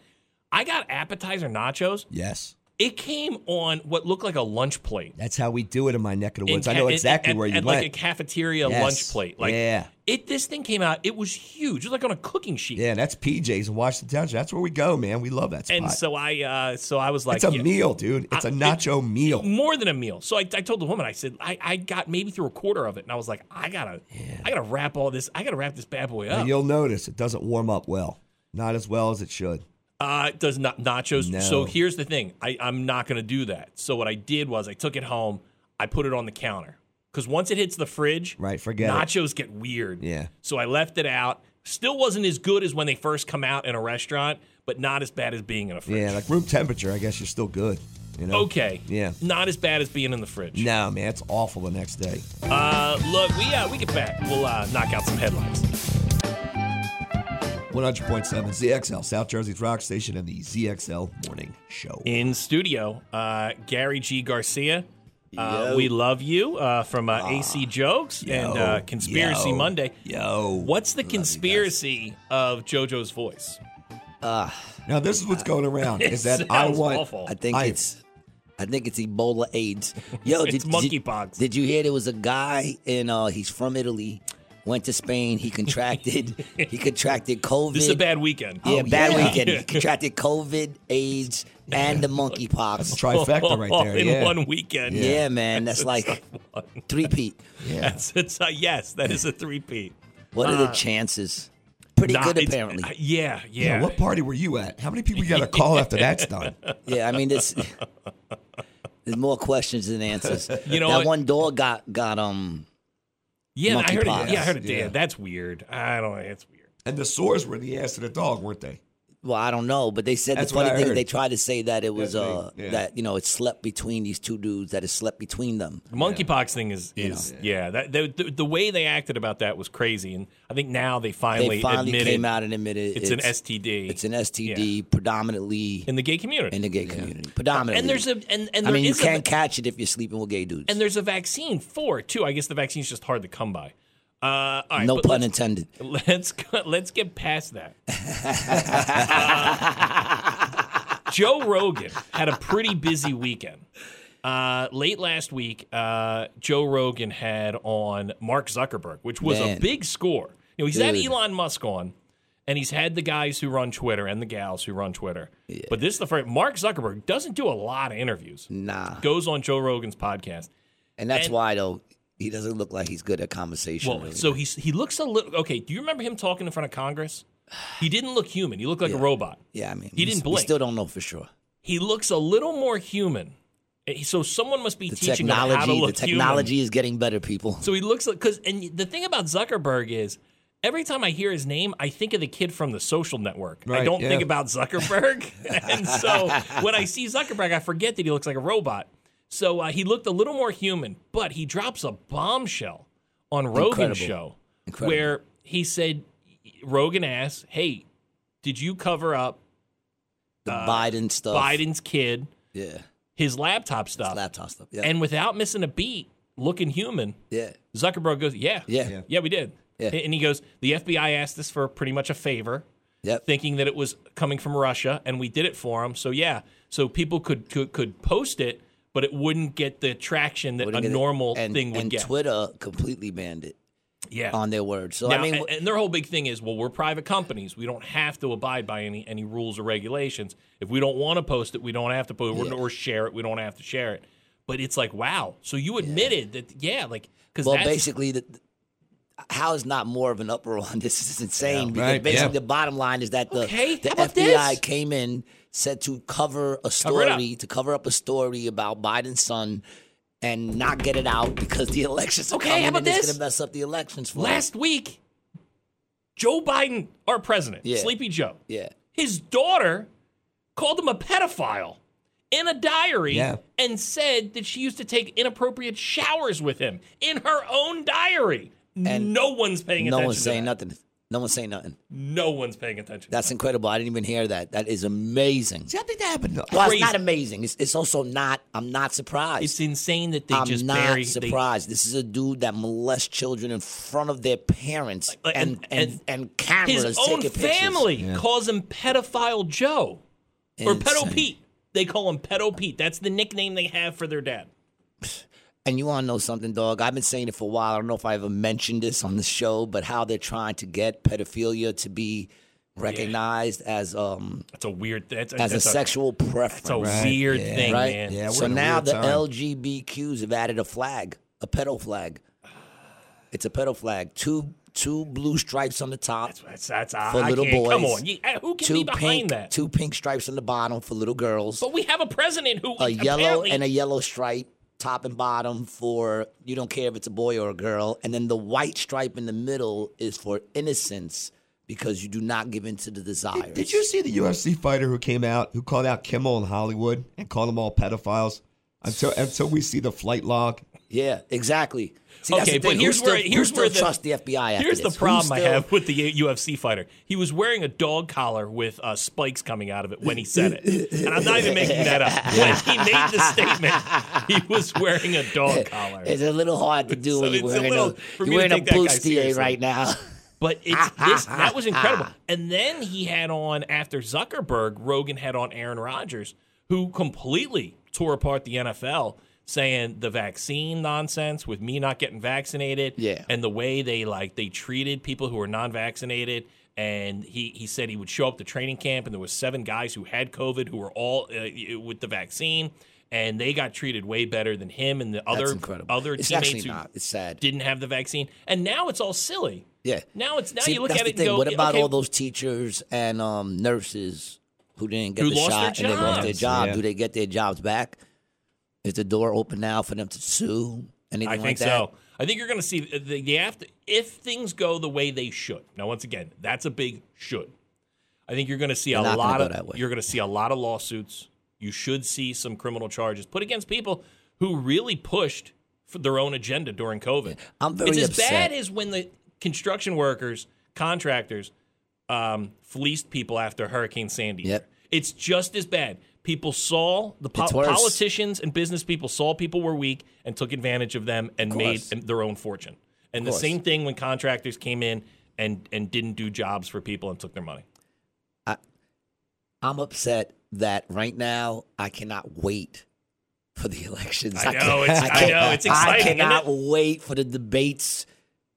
Speaker 1: I got appetizer nachos.
Speaker 2: Yes.
Speaker 1: It came on what looked like a lunch plate.
Speaker 2: That's how we do it in my neck of the
Speaker 1: in
Speaker 2: woods. I
Speaker 1: ca-
Speaker 2: know
Speaker 1: in-
Speaker 2: exactly
Speaker 1: at-
Speaker 2: where you
Speaker 1: at
Speaker 2: went.
Speaker 1: like a cafeteria
Speaker 2: Yes.
Speaker 1: lunch plate. Like
Speaker 2: Yeah.
Speaker 1: it this thing came out, it was huge. It was like on a cooking sheet.
Speaker 2: yeah, that's PJ's in Washington Township. That's where we go, man. We love that spot.
Speaker 1: And so I uh so I was like
Speaker 2: it's a
Speaker 1: yeah,
Speaker 2: meal, dude. It's a
Speaker 1: I- it-
Speaker 2: nacho meal.
Speaker 1: More than a meal. So I, I told the woman, I said, I, I got maybe through a quarter of it. And I was like, I gotta I gotta wrap all this, I gotta wrap this bad boy up.
Speaker 2: And you'll notice it doesn't warm up well. Not as well as it should.
Speaker 1: Uh, it does not nachos.
Speaker 2: No.
Speaker 1: So here's the thing. I, I'm not going to do that. So what I did was I took it home. I put it on the counter because once it hits the fridge,
Speaker 2: Right, forget it.
Speaker 1: nachos get weird.
Speaker 2: Yeah.
Speaker 1: So I left it out. Still wasn't as good as when they first come out in a restaurant, but not as bad as being in a fridge.
Speaker 2: Yeah, like room temperature, I guess you're still good. You know?
Speaker 1: okay.
Speaker 2: Yeah.
Speaker 1: Not as bad as being in the fridge.
Speaker 2: No, man, it's awful the next day.
Speaker 1: Uh, look, we uh, we get back. We'll uh, knock out some headlines.
Speaker 2: 100.7 ZXL, South Jersey's rock station, and the ZXL Morning Show.
Speaker 1: in studio, uh, Gary G. Garcia.
Speaker 2: Yo.
Speaker 1: Uh,
Speaker 2: Ah.
Speaker 1: we love you uh, from uh, AC Jokes
Speaker 2: yo,
Speaker 1: and uh, Conspiracy
Speaker 2: yo,
Speaker 1: Monday.
Speaker 2: yo.
Speaker 1: What's the conspiracy of JoJo's voice?
Speaker 2: Now, this is what's going around. Is that I
Speaker 1: sounds
Speaker 2: want
Speaker 1: awful.
Speaker 5: I think
Speaker 2: I-
Speaker 5: it's I think it's Ebola AIDS. Yo,
Speaker 1: It's
Speaker 5: did, did-
Speaker 1: monkeypox.
Speaker 5: Did you hear there was a guy and uh, he's from Italy, went to Spain, he contracted he contracted COVID. Oh,
Speaker 1: This is a bad Oh, weekend.
Speaker 5: yeah, bad
Speaker 2: yeah.
Speaker 5: weekend. He contracted COVID, AIDS, and the monkeypox.
Speaker 2: trifecta right there?
Speaker 1: in
Speaker 2: yeah.
Speaker 1: one weekend.
Speaker 5: yeah. man, that's like three peat.
Speaker 2: yeah.
Speaker 1: That's, it's a, yes, that is a three-peat.
Speaker 5: What are the chances? Pretty
Speaker 1: Uh, Nah,
Speaker 5: good
Speaker 1: it's-
Speaker 5: apparently.
Speaker 1: uh, yeah, yeah.
Speaker 2: Yeah, what party were you at? How many people you got to call after that's done?
Speaker 5: Yeah, I mean there's there's more questions than answers.
Speaker 1: You know
Speaker 5: that
Speaker 1: what?
Speaker 5: one dog got got um
Speaker 1: yeah, I heard it.
Speaker 5: monkeypox.
Speaker 1: Yeah, I heard it.
Speaker 2: Yeah.
Speaker 1: Yeah. That's weird. I don't know. It's weird.
Speaker 2: And the sores were in the ass of the dog, weren't they?
Speaker 5: Well, I don't know, but they said
Speaker 2: That's
Speaker 5: the
Speaker 2: what
Speaker 5: funny
Speaker 2: I
Speaker 5: thing
Speaker 2: heard.
Speaker 5: they tried to say that it was
Speaker 2: That thing,
Speaker 5: uh
Speaker 2: yeah.
Speaker 5: that you know it slept between these two dudes that it slept between them.
Speaker 1: The monkeypox thing is is yeah. that the, the the way they acted about that was crazy, and I think now they
Speaker 5: They
Speaker 1: finally
Speaker 5: finally
Speaker 1: admitted
Speaker 5: came out and admitted
Speaker 1: it's, an STD.
Speaker 5: It's an STD predominantly
Speaker 1: in the gay community.
Speaker 5: in the gay community. Predominantly,
Speaker 1: and there's a and and
Speaker 5: I
Speaker 1: there
Speaker 5: mean you
Speaker 1: is a-
Speaker 5: can't catch it if you're sleeping with gay dudes.
Speaker 1: and there's a vaccine for it too. I guess the vaccine's just hard to come by. Uh, all right,
Speaker 5: no
Speaker 1: but
Speaker 5: pun
Speaker 1: let's-
Speaker 5: intended.
Speaker 1: Let's go- let's get past that. Uh, Joe Rogan had a pretty busy weekend. Uh, late last week, uh, Joe Rogan had on Mark Zuckerberg, which was a
Speaker 5: Man.
Speaker 1: big score. You know, he's had
Speaker 5: Dude.
Speaker 1: Elon Musk on, and he's had the guys who run Twitter and the gals who run Twitter. But this is the first. Mark Zuckerberg doesn't do a lot of interviews.
Speaker 5: Nah,
Speaker 1: Goes on Joe Rogan's podcast.
Speaker 5: and that's
Speaker 1: and-
Speaker 5: why though he doesn't look like he's good at conversation.
Speaker 1: Well,
Speaker 5: really.
Speaker 1: so he he looks a little okay. Do you remember him talking in front of Congress? He didn't look human. He looked like a robot.
Speaker 5: yeah, I mean
Speaker 1: he
Speaker 5: we,
Speaker 1: didn't
Speaker 5: we
Speaker 1: blink.
Speaker 5: still don't know for sure.
Speaker 1: He looks a little more human. Eh, So someone must be
Speaker 5: The
Speaker 1: teaching him how to
Speaker 5: technology, the
Speaker 1: look
Speaker 5: technology is getting better, people.
Speaker 1: Human. So he looks like because and the thing about Zuckerberg is. Every time I hear his name, I think of the kid from the social network. I
Speaker 2: Right,
Speaker 1: don't
Speaker 2: yeah.
Speaker 1: think about Zuckerberg. and so when I see Zuckerberg, I forget that he looks like a robot. So uh, he looked a little more human, but he drops a bombshell on Rogan's
Speaker 5: Incredible.
Speaker 1: show
Speaker 5: Incredible.
Speaker 1: where he said, Rogan asked, Hey, did you cover up
Speaker 5: The
Speaker 1: Uh,
Speaker 5: Biden stuff,
Speaker 1: Biden's kid,
Speaker 5: yeah,
Speaker 1: his laptop stuff?
Speaker 5: laptop stuff, yeah,
Speaker 1: And without missing a beat, looking human,
Speaker 5: yeah,
Speaker 1: Zuckerberg goes, Yeah.
Speaker 5: yeah,
Speaker 2: Yeah.
Speaker 1: Yeah, we did.
Speaker 5: Yeah.
Speaker 1: And he goes, The FBI asked us for pretty much a favor,
Speaker 5: Yep.
Speaker 1: thinking that it was coming from Russia, and we did it for them. So, yeah. So people could could, could post it, but it wouldn't get the traction that
Speaker 5: wouldn't
Speaker 1: a
Speaker 5: get it.
Speaker 1: normal
Speaker 5: and,
Speaker 1: thing would
Speaker 5: and
Speaker 1: get.
Speaker 5: Twitter completely banned it
Speaker 1: yeah.
Speaker 5: on their word. So I
Speaker 1: Now,
Speaker 5: mean,
Speaker 1: and, and their whole big thing is, well, we're private companies. We don't have to abide by any any rules or regulations. If we don't want to post it, we don't have to post it, or, or share it. We don't have to share it. But it's like, wow. So you admitted that, yeah, like because
Speaker 5: well, basically, the, how is not more of an uproar on this is insane because
Speaker 2: Right,
Speaker 5: basically
Speaker 2: yeah.
Speaker 5: the bottom line is that the,
Speaker 1: Okay,
Speaker 5: the
Speaker 1: how about
Speaker 5: FBI
Speaker 1: this?
Speaker 5: came in said to cover a
Speaker 1: Cover it up.
Speaker 5: story to cover up a story about Biden's son. And not get it out because the elections are
Speaker 1: Okay, how
Speaker 5: coming
Speaker 1: about
Speaker 5: and it's
Speaker 1: this?
Speaker 5: gonna mess up the elections for him.
Speaker 1: last week, Joe Biden, our president,
Speaker 5: Yeah.
Speaker 1: Sleepy Joe,
Speaker 5: Yeah,
Speaker 1: his daughter called him a pedophile in a diary
Speaker 2: Yeah.
Speaker 1: and said that she used to take inappropriate showers with him in her own diary.
Speaker 5: And
Speaker 1: no one's paying
Speaker 5: no
Speaker 1: attention.
Speaker 5: one's
Speaker 1: to
Speaker 5: saying
Speaker 1: that.
Speaker 5: nothing. No one's saying nothing.
Speaker 1: No one's paying attention.
Speaker 5: That's incredible. I didn't even hear that. That is amazing.
Speaker 2: See, I think that happened. to-
Speaker 5: Well,
Speaker 1: Crazy.
Speaker 5: it's not amazing. It's, it's also not. I'm not surprised.
Speaker 1: It's insane that they
Speaker 5: I'm
Speaker 1: just
Speaker 5: not
Speaker 1: bury. they-
Speaker 5: surprised. This is a dude that molests children in front of their parents
Speaker 1: Like,
Speaker 5: and,
Speaker 1: and-
Speaker 5: and,
Speaker 1: and
Speaker 5: and cameras
Speaker 1: his own
Speaker 5: taking pictures.
Speaker 1: family calls him pedophile Joe or
Speaker 5: Insane.
Speaker 1: pedo Pete. They call him Pedo Pete. That's the nickname they have for their dad.
Speaker 5: And you want to know something, dog? I've been saying it for a while. I don't know if I ever mentioned this on the show, but how they're trying to get pedophilia to be recognized as um
Speaker 1: That's a weird. That's,
Speaker 5: as a
Speaker 1: Oh, that's
Speaker 5: sexual preference.
Speaker 1: It's a weird thing,
Speaker 5: right?
Speaker 1: man.
Speaker 2: Yeah, we're
Speaker 5: so
Speaker 2: in a
Speaker 5: now
Speaker 2: weird
Speaker 5: the
Speaker 2: time.
Speaker 5: LGBTQs have added a flag, a pedo flag. It's a pedo flag. Two two blue stripes on the top
Speaker 1: That's that's I,
Speaker 5: for
Speaker 1: I
Speaker 5: little
Speaker 1: can't-
Speaker 5: boys.
Speaker 1: Come on, You- eh, who can
Speaker 5: two
Speaker 1: be behind
Speaker 5: pink,
Speaker 1: that?
Speaker 5: Two pink stripes on the bottom for little girls.
Speaker 1: But we have a president who
Speaker 5: A yellow
Speaker 1: apparently-
Speaker 5: and a yellow stripe top and bottom for you don't care if it's a boy or a girl, and then the white stripe in the middle is for innocence because you do not give in to the desires.
Speaker 2: Did you see the UFC fighter who came out who called out Kimmel and Hollywood and called them all pedophiles? Until until we see the flight log,
Speaker 5: Yeah, exactly. See, that's
Speaker 1: Okay,
Speaker 5: the
Speaker 1: but
Speaker 5: thing. Who
Speaker 1: here's
Speaker 5: still,
Speaker 1: where-
Speaker 5: who
Speaker 1: here's
Speaker 5: still
Speaker 1: where the-
Speaker 5: trust the FBI. After
Speaker 1: Here's
Speaker 5: this?
Speaker 1: the
Speaker 5: Who
Speaker 1: problem I
Speaker 5: still-
Speaker 1: have with the UFC fighter. He was wearing a dog collar with uh, spikes coming out of it when he said it, and I'm not even making that up. When he made the statement, he was wearing a dog collar.
Speaker 5: It's a little hard to do
Speaker 1: So
Speaker 5: when you're
Speaker 1: it's a
Speaker 5: wearing a,
Speaker 1: little- for me
Speaker 5: you're
Speaker 1: to
Speaker 5: wearing
Speaker 1: take
Speaker 5: a
Speaker 1: that guy
Speaker 5: bustier
Speaker 1: seriously.
Speaker 5: right now.
Speaker 1: But it's
Speaker 5: Ah,
Speaker 1: this that was incredible. And then he had on after Zuckerberg, Rogan had on Aaron Rodgers, who completely tore apart the NFL, saying the vaccine nonsense with me not getting vaccinated,
Speaker 5: Yeah.
Speaker 1: and the way they like they treated people who were non-vaccinated. And he, he said he would show up to training camp, and there was seven guys who had COVID who were all uh, with the vaccine, and they got treated way better than him and the other
Speaker 5: That's incredible.
Speaker 1: other
Speaker 5: it's
Speaker 1: teammates
Speaker 5: actually
Speaker 1: who
Speaker 5: not. It's sad.
Speaker 1: didn't have the vaccine, and now it's all silly.
Speaker 5: Yeah.
Speaker 1: Now it's now
Speaker 5: See,
Speaker 1: you look
Speaker 5: that's
Speaker 1: at
Speaker 5: the
Speaker 1: it
Speaker 5: thing.
Speaker 1: and go,
Speaker 5: what about
Speaker 1: okay,
Speaker 5: all those teachers and um, nurses who didn't get
Speaker 1: Who
Speaker 5: the
Speaker 1: lost their
Speaker 5: shot and they lost their
Speaker 1: jobs?
Speaker 5: job?
Speaker 2: Yeah.
Speaker 5: Do they get their jobs back? Is the door open now for them to sue? Anything
Speaker 1: I
Speaker 5: like
Speaker 1: think
Speaker 5: that?
Speaker 1: so. I think you're going to see the, the after if things go the way they should. Now, once again, that's a big should. I think you're going to see a
Speaker 5: They're not gonna
Speaker 1: lot
Speaker 5: go
Speaker 1: of
Speaker 5: that way.
Speaker 1: you're going to see a lot of lawsuits. You should see some criminal charges put against people who really pushed for their own agenda during COVID.
Speaker 5: I'm very
Speaker 1: it's as
Speaker 5: upset.
Speaker 1: bad as when the construction workers, contractors, um, fleeced people after Hurricane Sandy.
Speaker 5: Yep.
Speaker 1: It's just as bad. People saw the po-
Speaker 5: It's worse.
Speaker 1: politicians and business people saw people were weak and took advantage of them and made
Speaker 5: course.
Speaker 1: their own fortune. And the same thing when contractors came in and and didn't do jobs for people and took their money.
Speaker 5: I'm upset that right now I cannot wait for the elections.
Speaker 1: I know,
Speaker 5: can't-
Speaker 1: it's- I
Speaker 5: can't-
Speaker 1: know, it's exciting,
Speaker 5: I
Speaker 1: isn't
Speaker 5: cannot
Speaker 1: it?
Speaker 5: wait for the debates.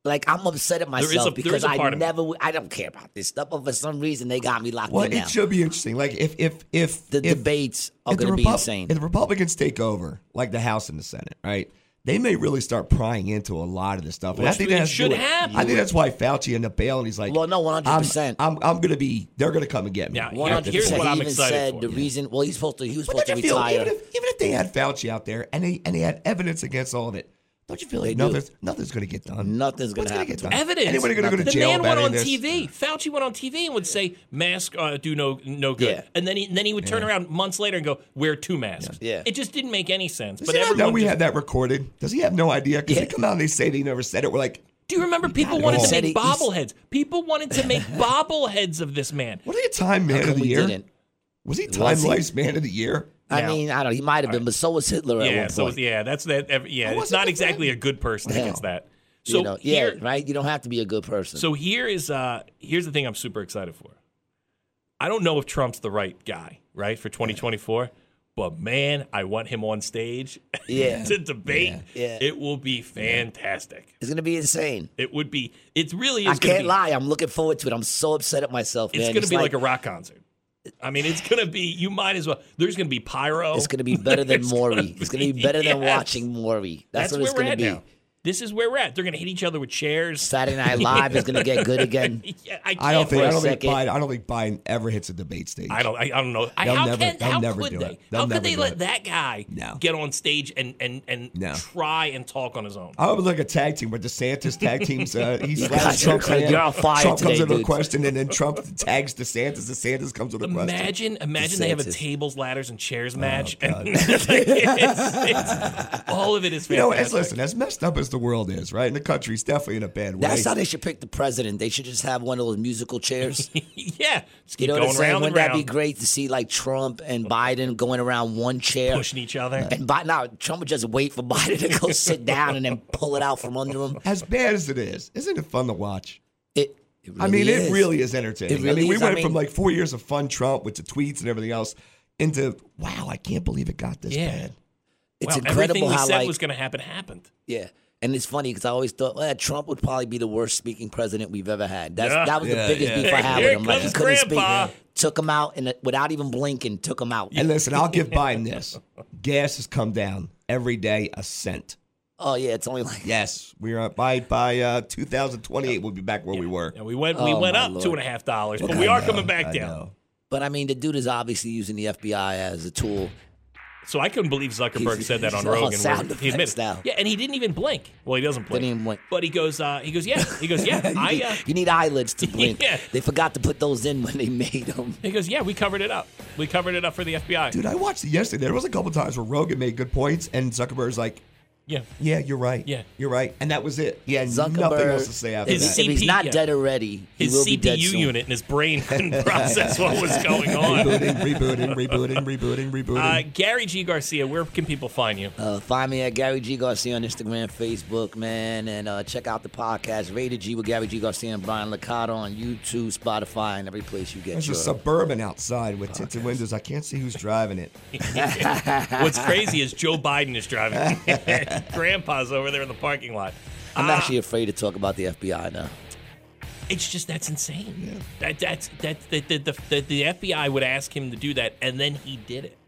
Speaker 5: Like I'm upset
Speaker 1: is
Speaker 5: at
Speaker 1: a-
Speaker 5: myself
Speaker 1: there is
Speaker 5: because
Speaker 1: a
Speaker 5: I
Speaker 1: part of me-
Speaker 5: never, w- I don't care about this stuff. But for some reason, they got me locked
Speaker 2: well,
Speaker 5: in now.
Speaker 2: it should be interesting. Like if if if
Speaker 5: the
Speaker 2: if,
Speaker 5: debates are
Speaker 2: if the
Speaker 5: going to be
Speaker 2: Repub-
Speaker 5: insane.
Speaker 2: If the Republicans take over, like the House and the Senate, right? They may really start prying into a lot of this stuff. And I
Speaker 1: Which
Speaker 2: think
Speaker 1: it
Speaker 2: that has to
Speaker 1: should
Speaker 2: do with-
Speaker 1: happen.
Speaker 2: I think that's why Fauci ended up bailing. He's like,
Speaker 5: Well, no, 100%.
Speaker 2: I'm, I'm, I'm going to be. They're going to come and get me.
Speaker 1: Yeah,
Speaker 2: After
Speaker 1: One
Speaker 5: One hundred
Speaker 1: Here's
Speaker 5: percent.
Speaker 1: what
Speaker 5: He
Speaker 1: I'm
Speaker 5: even
Speaker 1: excited
Speaker 5: said
Speaker 1: for.
Speaker 5: the reason. Well, he's supposed to. He was
Speaker 2: But
Speaker 5: supposed to
Speaker 2: don't you feel
Speaker 5: retire.
Speaker 2: even if, even if they had Fauci out there and they and they had evidence against all of it, don't you feel like
Speaker 5: They do.
Speaker 2: nothing's nothing's going to get done?
Speaker 5: Nothing's gonna
Speaker 2: What's gonna
Speaker 5: happen
Speaker 2: get
Speaker 5: to
Speaker 2: done?
Speaker 5: him.
Speaker 1: Evidence.
Speaker 2: Uh, Anybody going to go to
Speaker 1: the
Speaker 2: jail?
Speaker 1: man went
Speaker 2: about
Speaker 1: on
Speaker 2: any of this?
Speaker 1: TV. Fauci went on TV and would say, "Mask uh, do no no good,"
Speaker 5: Yeah.
Speaker 1: and then he and then he would turn around months later and go, "Wear two masks."
Speaker 5: Yeah.
Speaker 1: It just didn't make any sense.
Speaker 2: Does
Speaker 1: but
Speaker 2: he not know
Speaker 1: everyone
Speaker 2: we
Speaker 1: just-
Speaker 2: had that recorded? Does he have no idea? Because
Speaker 5: Yeah.
Speaker 2: they come out and they say they never said it. We're like,
Speaker 1: Do you remember people
Speaker 2: it
Speaker 1: wanted
Speaker 2: all.
Speaker 1: to
Speaker 5: Said
Speaker 1: make
Speaker 5: he- he's-
Speaker 1: bobbleheads? People wanted to make bobbleheads of this man.
Speaker 2: what are you time man
Speaker 5: How
Speaker 2: of
Speaker 5: come
Speaker 2: the
Speaker 5: we
Speaker 2: year?
Speaker 5: didn't?
Speaker 2: Was he time
Speaker 5: Was he?
Speaker 2: life's man of the year?
Speaker 5: I
Speaker 1: Now-
Speaker 5: mean, I don't. He might have been, but so was Hitler at
Speaker 1: Yeah,
Speaker 5: one
Speaker 1: so
Speaker 5: point.
Speaker 1: it's- yeah, that's that. ev- Yeah, it's
Speaker 2: wasn't
Speaker 1: not
Speaker 2: a
Speaker 1: exactly a
Speaker 2: fan.
Speaker 1: good person that gets that. So
Speaker 5: you know,
Speaker 1: here,
Speaker 5: yeah, right. You don't have to be a good person.
Speaker 1: so here is uh here's the thing I'm super excited for. I don't know if Trump's the right guy, right, for 2024, but man, I want him on stage
Speaker 5: Yeah.
Speaker 1: to debate.
Speaker 5: Yeah.
Speaker 1: It will be fantastic.
Speaker 5: it's gonna be insane.
Speaker 1: It would be. It really
Speaker 5: I
Speaker 1: is. gonna
Speaker 5: can't
Speaker 1: be,
Speaker 5: lie. I'm looking forward to it. I'm so upset at myself,
Speaker 1: It's
Speaker 5: man.
Speaker 1: going to be like, a rock concert. I mean, it's going to be. You might as well. There's going to be pyro.
Speaker 5: It's gonna be better than
Speaker 1: There's
Speaker 5: Maury. It's gonna be better than
Speaker 1: yes.
Speaker 5: watching Maury. That's,
Speaker 1: That's,
Speaker 5: what
Speaker 1: where
Speaker 5: it's
Speaker 1: we're
Speaker 5: gonna
Speaker 1: at
Speaker 5: be.
Speaker 1: now. This is where we're at. They're going to hit each other with chairs.
Speaker 5: Saturday Night Live is gonna get good again.
Speaker 1: Yeah, I, can't
Speaker 2: I don't think. I
Speaker 1: wait.
Speaker 5: a
Speaker 2: don't think
Speaker 5: second.
Speaker 2: Biden. I don't think Biden ever hits a debate stage.
Speaker 1: I don't. I, I don't know. I,
Speaker 2: They'll
Speaker 1: how
Speaker 2: never-
Speaker 1: can?
Speaker 2: they'll
Speaker 1: How
Speaker 2: never
Speaker 1: could
Speaker 2: do
Speaker 1: they?
Speaker 2: it. They'll
Speaker 1: how could
Speaker 2: never
Speaker 1: they
Speaker 2: do
Speaker 1: let
Speaker 2: it.
Speaker 1: that guy
Speaker 2: No.
Speaker 1: get on stage and and and
Speaker 2: No. Oh,
Speaker 1: try and talk on his own?
Speaker 2: I would like a tag team, but DeSantis tag teams. Uh, he
Speaker 5: guys
Speaker 2: slaps
Speaker 5: are
Speaker 2: Trump's
Speaker 5: cra-
Speaker 2: hand.
Speaker 5: you're on fire
Speaker 2: Trump
Speaker 5: today,
Speaker 2: comes in with a
Speaker 5: dudes.
Speaker 2: question, and then Trump tags DeSantis. DeSantis comes with a question.
Speaker 1: Imagine, imagine they have a
Speaker 5: DeSantis.
Speaker 1: tables, ladders, and chairs match, and it's, it's- all of it is
Speaker 2: You know, as
Speaker 1: fantastic.
Speaker 2: listen, as messed up as the world is, right, and the country's definitely in a bad way.
Speaker 5: That's how they should pick the president. They should just have one of those musical chairs.
Speaker 1: yeah, just keep
Speaker 5: You know what I'm
Speaker 1: going
Speaker 5: saying?
Speaker 1: round and
Speaker 5: Wouldn't that be
Speaker 1: round,
Speaker 5: great to see like Trump and Biden going around one chair?
Speaker 1: pushing each other.
Speaker 5: And Biden, now Trump would just wait for Biden to go sit down and then pull it out from under him.
Speaker 2: as bad as it is, isn't it fun to watch?
Speaker 5: It, it really
Speaker 2: I mean,
Speaker 5: is.
Speaker 2: it really is entertaining.
Speaker 5: It really
Speaker 2: I mean, we
Speaker 5: is. I
Speaker 2: went from
Speaker 5: mean-
Speaker 2: like four years of fun Trump with the tweets and everything else into wow, I can't believe it got this
Speaker 1: Yeah.
Speaker 2: bad.
Speaker 5: It's
Speaker 1: wow,
Speaker 5: incredible
Speaker 1: everything we
Speaker 5: how
Speaker 1: said
Speaker 5: like
Speaker 1: was going to happen happened.
Speaker 5: yeah. And it's funny because I always thought well, Trump would probably be the worst speaking president we've ever had. That's,
Speaker 1: Yeah.
Speaker 5: that was
Speaker 2: Yeah,
Speaker 5: the biggest
Speaker 2: yeah.
Speaker 5: beef I had
Speaker 1: Here
Speaker 5: with him. Like he
Speaker 1: comes
Speaker 5: couldn't
Speaker 1: Grandpa.
Speaker 5: speak. Took him out and uh, without even blinking, took him out.
Speaker 2: And listen, I'll give Biden this. Gas has come down every day a cent.
Speaker 5: Oh yeah, it's only like
Speaker 2: Yes, we are up by by uh, 2028. We'll be back where we were.
Speaker 1: And we went, we went
Speaker 5: my
Speaker 1: up
Speaker 5: Lord.
Speaker 1: two and a half dollars, but
Speaker 2: I
Speaker 1: we are
Speaker 2: know,
Speaker 1: coming back
Speaker 2: I
Speaker 1: down.
Speaker 2: know.
Speaker 5: But I mean, the dude is obviously using the FBI as a tool.
Speaker 1: So I couldn't believe Zuckerberg
Speaker 5: He's-
Speaker 1: said that on
Speaker 5: he's all
Speaker 1: Rogan. where
Speaker 5: sound
Speaker 1: he admitted,
Speaker 5: effects now.
Speaker 1: yeah, and he didn't even blink. Well, he doesn't blink.
Speaker 5: even blink.
Speaker 1: But he goes, uh, he goes, yeah, he goes, yeah, I, uh,
Speaker 5: you need eyelids to blink.
Speaker 1: Yeah.
Speaker 5: They forgot to put those in when they made them.
Speaker 1: he goes, yeah, we covered it up. We covered it up for the FBI.
Speaker 2: Dude, I watched it yesterday. There was a couple times where Rogan made good points, and Zuckerberg's like,
Speaker 1: yeah,
Speaker 2: "Yeah, you're right.
Speaker 1: Yeah.
Speaker 2: you're right," and that was it. Yeah,
Speaker 5: Zuckerberg.
Speaker 2: nothing else to say after
Speaker 5: if,
Speaker 1: His
Speaker 2: that.
Speaker 5: if he's
Speaker 1: CP,
Speaker 5: not
Speaker 1: yeah.
Speaker 5: dead already, he
Speaker 1: his
Speaker 5: will be dead
Speaker 1: CPU
Speaker 5: soon.
Speaker 1: unit and his brain couldn't process what was going on.
Speaker 2: rebooting, rebooting, rebooting, rebooting,
Speaker 1: Uh,
Speaker 2: rebooting.
Speaker 1: Gary G. Garcia, where can people find you?
Speaker 5: Uh, find me at Gary G Garcia on Instagram, Facebook, man, and uh, check out the podcast Rated G with Gary G Garcia and Brian Licata on YouTube, Spotify, and every place you get
Speaker 2: There's
Speaker 5: your.
Speaker 2: a suburban outside with tinted windows. I can't see who's driving it.
Speaker 1: What's crazy is Joe Biden is driving. Grandpa's over there in the parking lot.
Speaker 5: I'm
Speaker 1: Uh,
Speaker 5: actually afraid to talk about the FBI now.
Speaker 1: It's just that's insane. That that's that the the, the the the FBI would ask him to do that, and then he did it.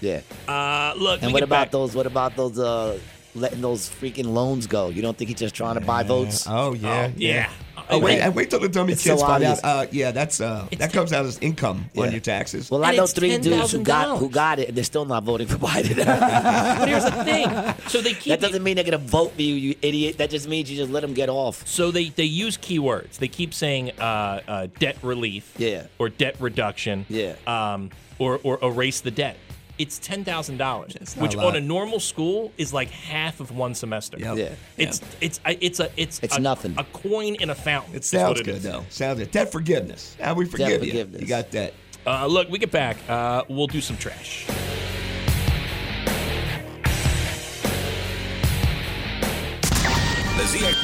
Speaker 5: Yeah.
Speaker 1: Uh, look,
Speaker 5: And
Speaker 1: we
Speaker 5: what
Speaker 1: get
Speaker 5: about
Speaker 1: back-
Speaker 5: those? What about those? Uh, letting those freaking loans go. You don't think he's just trying to buy votes?
Speaker 2: Oh yeah,
Speaker 1: Oh, yeah.
Speaker 2: Oh wait,
Speaker 5: Yeah.
Speaker 2: and wait till the dummy
Speaker 5: It's
Speaker 2: kids
Speaker 5: so
Speaker 2: find out.
Speaker 5: obvious.
Speaker 2: Uh, yeah, that's uh, that comes out as income on your taxes.
Speaker 5: Well, I
Speaker 1: And
Speaker 5: know
Speaker 1: it's
Speaker 5: three dudes who got who
Speaker 1: $10,000.
Speaker 5: got it, and they're still not voting for Biden.
Speaker 1: But here's the thing. So they keep
Speaker 5: that doesn't mean they're gonna vote for you, you idiot. That just means you just let them get off.
Speaker 1: so they they use keywords. They keep saying uh, uh, debt relief,
Speaker 5: Yeah.
Speaker 1: or debt reduction,
Speaker 5: Yeah.
Speaker 1: um, or or erase the debt. It's ten thousand dollars,
Speaker 2: not
Speaker 1: which
Speaker 2: a
Speaker 1: on
Speaker 2: lot.
Speaker 1: a normal school is like half of one semester.
Speaker 2: Yep.
Speaker 5: Yeah.
Speaker 1: It's it's I- it's a it's
Speaker 5: It's
Speaker 1: a,
Speaker 5: nothing.
Speaker 1: A coin in a fountain.
Speaker 2: It
Speaker 1: is what
Speaker 2: sounds
Speaker 1: it
Speaker 2: good
Speaker 1: is.
Speaker 2: though. Sounds good. Debt forgiveness. Now we forgive you.
Speaker 5: forgiveness.
Speaker 2: You got that.
Speaker 1: Uh, look, we get back. Uh, we'll do some trash.
Speaker 4: The ZX.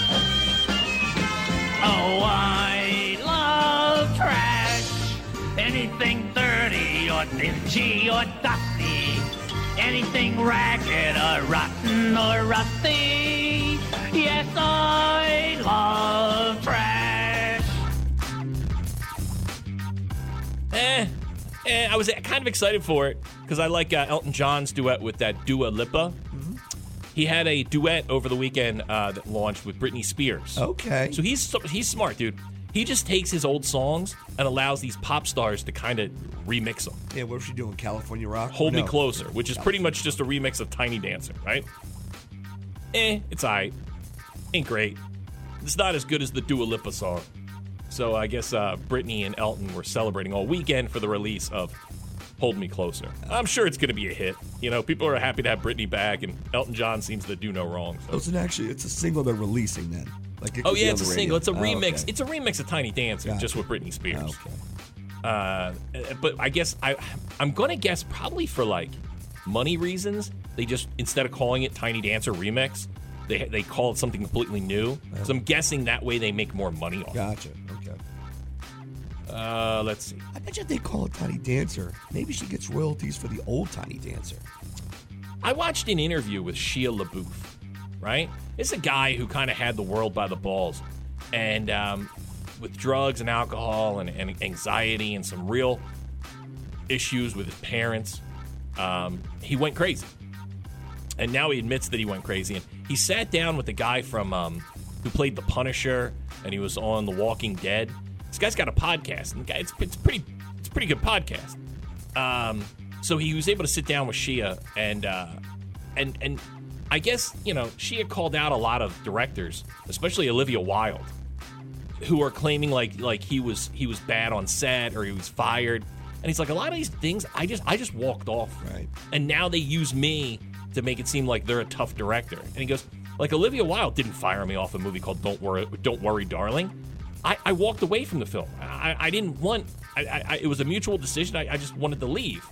Speaker 6: Oh, I love trash. Anything dirty or dingy or dusty. Anything ragged or rotten or rusty. Yes, I love trash.
Speaker 1: Eh, eh, I was kind of excited for it because I like uh, Elton John's duet with that Dua Lipa. He had a duet over the weekend uh, that launched with Britney Spears.
Speaker 2: Okay.
Speaker 1: So he's he's smart, dude. He just takes his old songs and allows these pop stars to kind of remix them.
Speaker 2: Yeah, what was she doing? California Rock?
Speaker 1: Hold Me
Speaker 2: No.
Speaker 1: Closer, which is pretty much just a remix of Tiny Dancer, right? Eh, it's alright. Ain't great. It's not as good as the Dua Lipa song. So I guess uh, Britney and Elton were celebrating all weekend for the release of Hold Me Closer. I'm sure it's going to be a hit. You know, people are happy to have Britney back, and Elton John seems to do no wrong.
Speaker 2: Oh,
Speaker 1: So.
Speaker 2: it's an actually it's a single they're releasing then. Like it
Speaker 1: Oh
Speaker 2: could be
Speaker 1: yeah,
Speaker 2: on
Speaker 1: it's a
Speaker 2: the radio.
Speaker 1: single. It's a
Speaker 2: Oh,
Speaker 1: remix.
Speaker 2: okay.
Speaker 1: It's a remix of Tiny Dancer,
Speaker 2: Gotcha.
Speaker 1: just with Britney Spears.
Speaker 2: Oh, okay.
Speaker 1: Uh, but I guess I I'm gonna guess probably for like money reasons they just instead of calling it Tiny Dancer Remix, they they call it something completely new. So I'm guessing that way they make more money off. it.
Speaker 2: Gotcha. Okay.
Speaker 1: Uh, let's see.
Speaker 2: I bet you they call it Tiny Dancer. Maybe she gets royalties for the old Tiny Dancer.
Speaker 1: I watched an interview with Shia LaBeouf. Right, it's a guy who kind of had the world by the balls, and um, with drugs and alcohol and, and anxiety and some real issues with his parents, um, he went crazy. and now he admits that he went crazy. And he sat down with the guy from um, who played the Punisher, and he was on The Walking Dead. This guy's got a podcast, and the guy it's, it's pretty it's a pretty good podcast. Um, so he was able to sit down with Shia, and uh, and and I guess you know Shia called out a lot of directors, especially Olivia Wilde, who are claiming like like he was he was bad on set or he was fired. And he's like, a lot of these things, I just I just walked off
Speaker 2: Right.
Speaker 1: and now they use me to make it seem like they're a tough director. And he goes, like Olivia Wilde didn't fire me off a movie called Don't Worry, Don't Worry, Darling. I, I walked away from the film. I, I didn't want. I, I, I- it was a mutual decision. I, I just wanted to leave.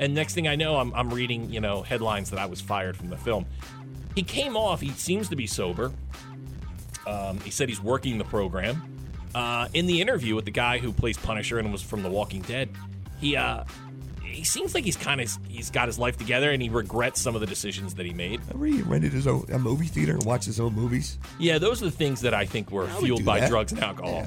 Speaker 1: And next thing I know, I'm, I'm reading you know headlines that I was fired from the film. He came off. He seems to be sober. Um, he said he's working the program. Uh, in the interview with the guy who plays Punisher and was from The Walking Dead, he uh, he seems like he's kind of he's got his life together and he regrets some of the decisions that he made.
Speaker 2: Remember he rented his own a movie theater and watched his own movies.
Speaker 1: Yeah, those are the things that I think were
Speaker 2: I would
Speaker 1: fueled
Speaker 2: do
Speaker 1: by
Speaker 2: that.
Speaker 1: drugs and alcohol.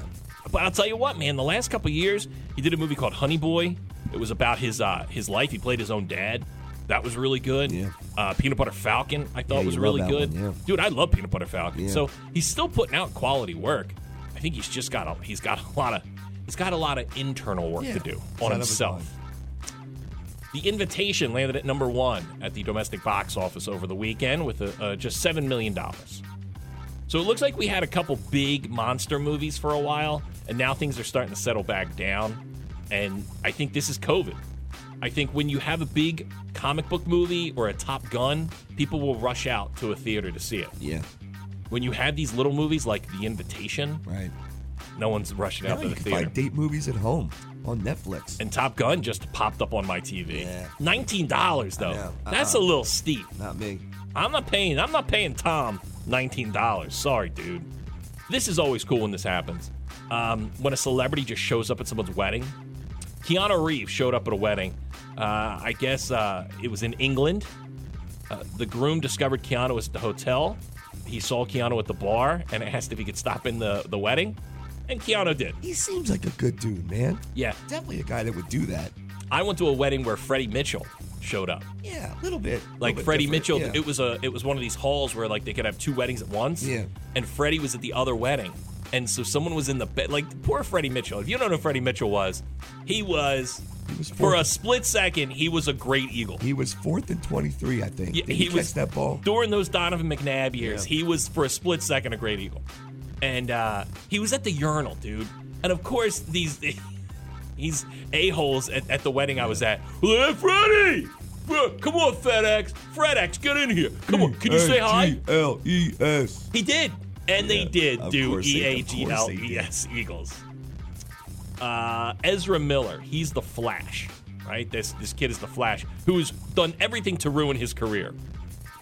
Speaker 1: But I'll tell you what, man, the last couple of years, he did a movie called Honey Boy. It was about his uh, his life. He played his own dad. That was really good.
Speaker 2: Yeah.
Speaker 1: Uh, Peanut Butter Falcon, I
Speaker 2: Yeah,
Speaker 1: thought
Speaker 2: you
Speaker 1: was
Speaker 2: love
Speaker 1: really
Speaker 2: that
Speaker 1: good.
Speaker 2: one, yeah.
Speaker 1: Dude, I love Peanut Butter Falcon.
Speaker 2: Yeah.
Speaker 1: So he's still putting out quality work. I think he's just got a he's got a lot of he's got a lot of internal work
Speaker 2: Yeah.
Speaker 1: to do
Speaker 2: Out
Speaker 1: on
Speaker 2: of his
Speaker 1: himself.
Speaker 2: mind.
Speaker 1: The Invitation landed at number one at the domestic box office over the weekend with a, uh, just $7 million. So it looks like we had a couple big monster movies for a while, and now things are starting to settle back down. And I think this is COVID. I think when you have a big comic book movie or a Top Gun, people will rush out to a theater to see it.
Speaker 2: Yeah,
Speaker 1: When you have these little movies like The Invitation,
Speaker 2: right.
Speaker 1: no one's rushing out
Speaker 2: Now
Speaker 1: to
Speaker 2: you
Speaker 1: the
Speaker 2: can
Speaker 1: theater.
Speaker 2: find date movies at home on Netflix.
Speaker 1: And Top Gun just popped up on my TV.
Speaker 2: Yeah.
Speaker 1: Nineteen dollars though.
Speaker 2: know. Uh-uh.
Speaker 1: That's a little steep.
Speaker 2: Not me.
Speaker 1: I'm not paying. I'm not paying Tom nineteen dollars. Sorry, dude. This is always cool when this happens. Um, when a celebrity just shows up at someone's wedding. Keanu Reeves showed up at a wedding. Uh, I guess uh, it was in England. Uh, the groom discovered Keanu was at the hotel. He saw Keanu at the bar and asked if he could stop in the, the wedding, and Keanu did.
Speaker 2: He seems like a good dude, man.
Speaker 1: Yeah,
Speaker 2: Definitely a guy that would do that.
Speaker 1: I went to a wedding where Freddie Mitchell showed up.
Speaker 2: Yeah, a little bit.
Speaker 1: like
Speaker 2: Little bit
Speaker 1: Freddie Mitchell.
Speaker 2: different, yeah.
Speaker 1: It was a it was one of these halls where like they could have two weddings at once.
Speaker 2: Yeah.
Speaker 1: And Freddie was at the other wedding, and so someone was in the bed. Like poor Freddie Mitchell. If you don't know who Freddie Mitchell was, he was,
Speaker 2: was
Speaker 1: for a
Speaker 2: fourth.
Speaker 1: split second he was a great Eagle.
Speaker 2: He was fourth and twenty-three, I think.
Speaker 1: Yeah,
Speaker 2: Did he, catch that ball?
Speaker 1: during those Donovan McNabb years. He was for a split second a great eagle, and uh, he was at the urinal, dude. And of course, these these a holes at, at the wedding I was at. Hey, Freddie, Bro, come on, FedEx, FedEx, get in here. Come on, can you say hi?
Speaker 2: L E S.
Speaker 1: He did, and they
Speaker 2: Yeah,
Speaker 1: did
Speaker 2: of
Speaker 1: do
Speaker 2: course
Speaker 1: E
Speaker 2: they-
Speaker 1: A
Speaker 2: of course they
Speaker 1: G
Speaker 2: did.
Speaker 1: L E S Eagles. Uh, Ezra Miller, he's the Flash, right? This this kid is the Flash, who's done everything to ruin his career,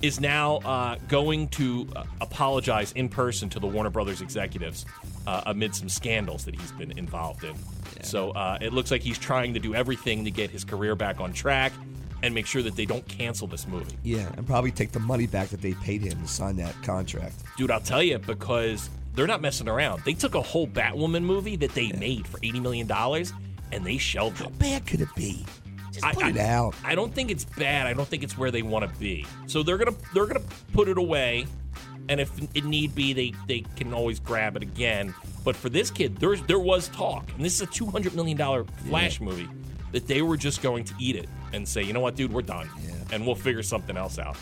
Speaker 1: is now uh, going to uh, apologize in person to the Warner Brothers executives uh, amid some scandals that he's been involved in. So uh, it looks like he's trying to do everything to get his career back on track and make sure that they don't cancel this movie.
Speaker 2: Yeah, and probably take the money back that they paid him to sign that contract.
Speaker 1: Dude, I'll tell you because they're not messing around. They took a whole Batwoman movie that they made for eighty million dollars and they shelved it.
Speaker 2: Bad could it be? Just
Speaker 1: I-
Speaker 2: put
Speaker 1: I-
Speaker 2: it out.
Speaker 1: I don't think it's bad. I don't think it's where they want to be. So they're gonna they're gonna put it away, and if it need be, they they can always grab it again. But for this kid, there's there was talk, and this is a two hundred million dollar Flash movie that they were just going to eat it and say, you know what, dude, we're done, and we'll figure something else out.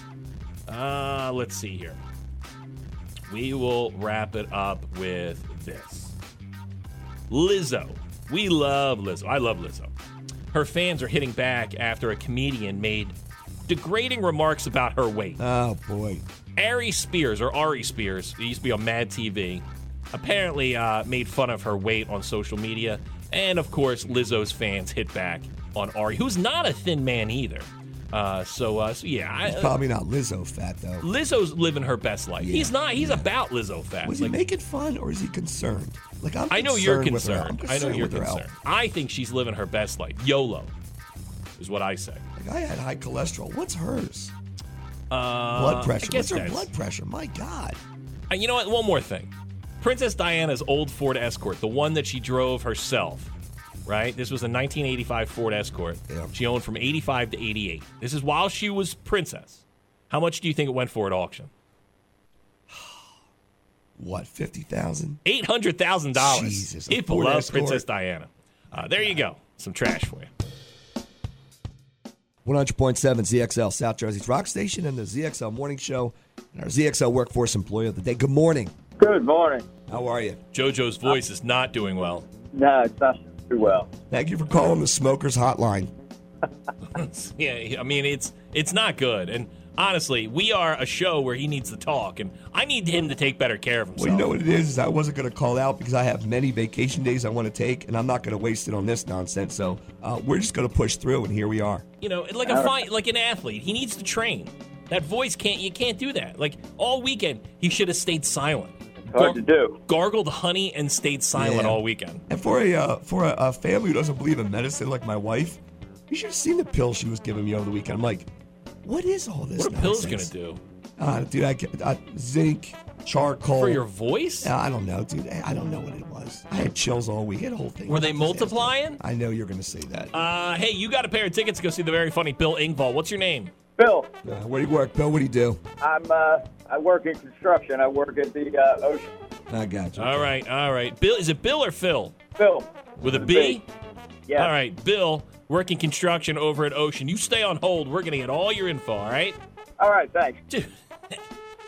Speaker 1: Uh, let's see here. We will wrap it up with this. Lizzo. We love Lizzo. I love Lizzo. Her fans are hitting back after a comedian made degrading remarks about her weight.
Speaker 2: Oh boy.
Speaker 1: Ari Spears, or Ari Spears, he used to be on Mad TV, apparently uh, made fun of her weight on social media. And of course, Lizzo's fans hit back on Ari, who's not a thin man either. Uh, so, uh, so yeah, I,
Speaker 2: He's probably not Lizzo fat though.
Speaker 1: Lizzo's living her best life. he's not. He's about Lizzo fat.
Speaker 2: Was
Speaker 1: Like,
Speaker 2: he making fun or is he concerned? Like I'm.
Speaker 1: I know you're
Speaker 2: with her.
Speaker 1: concerned.
Speaker 2: I'm
Speaker 1: I know you're
Speaker 2: with her health.
Speaker 1: concerned. I think she's living her best life. YOLO is what I say.
Speaker 2: Like I had high cholesterol. What's hers?
Speaker 1: Uh,
Speaker 2: Blood
Speaker 1: I
Speaker 2: pressure.
Speaker 1: guess
Speaker 2: What's her
Speaker 1: that's-
Speaker 2: blood pressure? My God.
Speaker 1: And Uh, you know what? One more thing. Princess Diana's old Ford Escort, the one that she drove herself, right? This was a 1985 Ford Escort.
Speaker 2: Yeah.
Speaker 1: She owned from 85 to 88. This is while she was princess. How much do you think it went for at auction?
Speaker 2: What? Fifty thousand?
Speaker 1: Eight hundred thousand dollars.
Speaker 2: Jesus, a
Speaker 1: People
Speaker 2: Ford
Speaker 1: love
Speaker 2: Escort.
Speaker 1: Princess Diana. Uh, there you go. Some trash for you.
Speaker 2: 100.7 ZXL South Jersey's Rock Station and the ZXL Morning Show and our ZXL Workforce Employee of the Day. Good morning.
Speaker 7: Good morning.
Speaker 2: How are you?
Speaker 1: JoJo's voice is not doing well.
Speaker 7: No, it's not too well.
Speaker 2: Thank you for calling the Smokers Hotline.
Speaker 1: yeah, I mean it's it's not good. And honestly, we are a show where he needs to talk, and I need him to take better care of himself.
Speaker 2: Well, you know what it is, is I wasn't going to call out because I have many vacation days I want to take, and I'm not going to waste it on this nonsense. So uh, we're just going to push through, and here we are.
Speaker 1: You know, like a fine, like an athlete, he needs to train. That voice can't you can't do that. Like all weekend, he should have stayed silent.
Speaker 7: Hard to do.
Speaker 1: Gargled honey and stayed silent
Speaker 2: Yeah.
Speaker 1: all weekend.
Speaker 2: And for a uh, for a, a family who doesn't believe in medicine like my wife, You should have seen the pill she was giving me over the weekend. I'm like, what is all this?
Speaker 1: What are pills
Speaker 2: nonsense?
Speaker 1: gonna do?
Speaker 2: Uh, dude, I, get- uh, zinc, charcoal
Speaker 1: For your voice?
Speaker 2: Uh, I don't know, dude. I, I don't know what it was. I had chills all week. The whole thing.
Speaker 1: Were
Speaker 2: was a
Speaker 1: they
Speaker 2: disaster.
Speaker 1: multiplying?
Speaker 2: I know you're gonna say that.
Speaker 1: Uh, hey, you got a pair of tickets to go see the very funny Bill Ingvall. What's your name?
Speaker 7: Bill,
Speaker 2: Uh, where do you work, Bill? What do you do?
Speaker 7: I'm uh, I work in construction. I work at the uh, ocean.
Speaker 2: I got you.
Speaker 1: All right, all right. Bill, is it Bill or Phil?
Speaker 7: Bill,
Speaker 1: With a
Speaker 7: With a
Speaker 1: B?
Speaker 7: B. yeah.
Speaker 1: All right, Bill, working construction over at Ocean. You stay on hold. We're going to get all your info, all right?
Speaker 7: All right, thanks.
Speaker 1: Dude.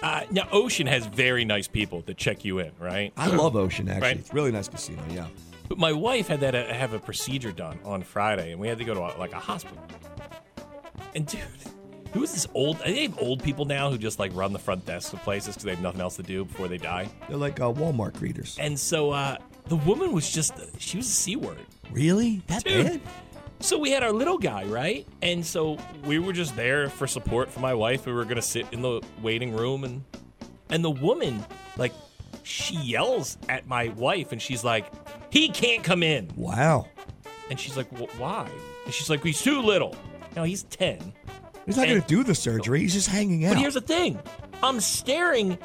Speaker 1: Uh, now, Ocean has very nice people that check you in, right?
Speaker 2: I love Ocean. Actually,
Speaker 1: Right.
Speaker 2: it's really nice casino. Yeah.
Speaker 1: But my wife had that uh, have a procedure done on Friday, and we had to go to uh, like a hospital. And dude, who is this old? They have old people now who just like run the front desks of places because they have nothing else to do before they die.
Speaker 2: They're like uh, Walmart greeters.
Speaker 1: And so uh, the woman was just she was a c word.
Speaker 2: Really? That
Speaker 1: Dude.
Speaker 2: bad?
Speaker 1: So we had our little guy, right? And so we were just there for support for my wife. We were gonna sit in the waiting room and and the woman, like, she yells at my wife and she's like, He can't come in.
Speaker 2: Wow.
Speaker 1: And she's like, "Wh- Why? And she's like, He's too little. Now he's ten.
Speaker 2: He's not
Speaker 1: And-
Speaker 2: gonna do the surgery. He's just hanging out.
Speaker 1: But here's the thing. I'm staring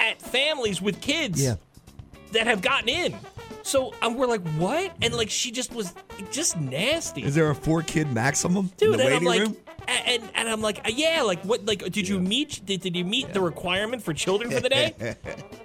Speaker 1: at families with kids
Speaker 2: yeah.
Speaker 1: that have gotten in. So um, we're like, what? And like she just was just nasty.
Speaker 2: Is there a four kid maximum
Speaker 1: dude.
Speaker 2: in the
Speaker 1: and
Speaker 2: waiting
Speaker 1: I'm like,
Speaker 2: room?
Speaker 1: a- and and I'm like, uh, yeah, like what? Like, did you meet? Did, did you meet the requirement for children for the day?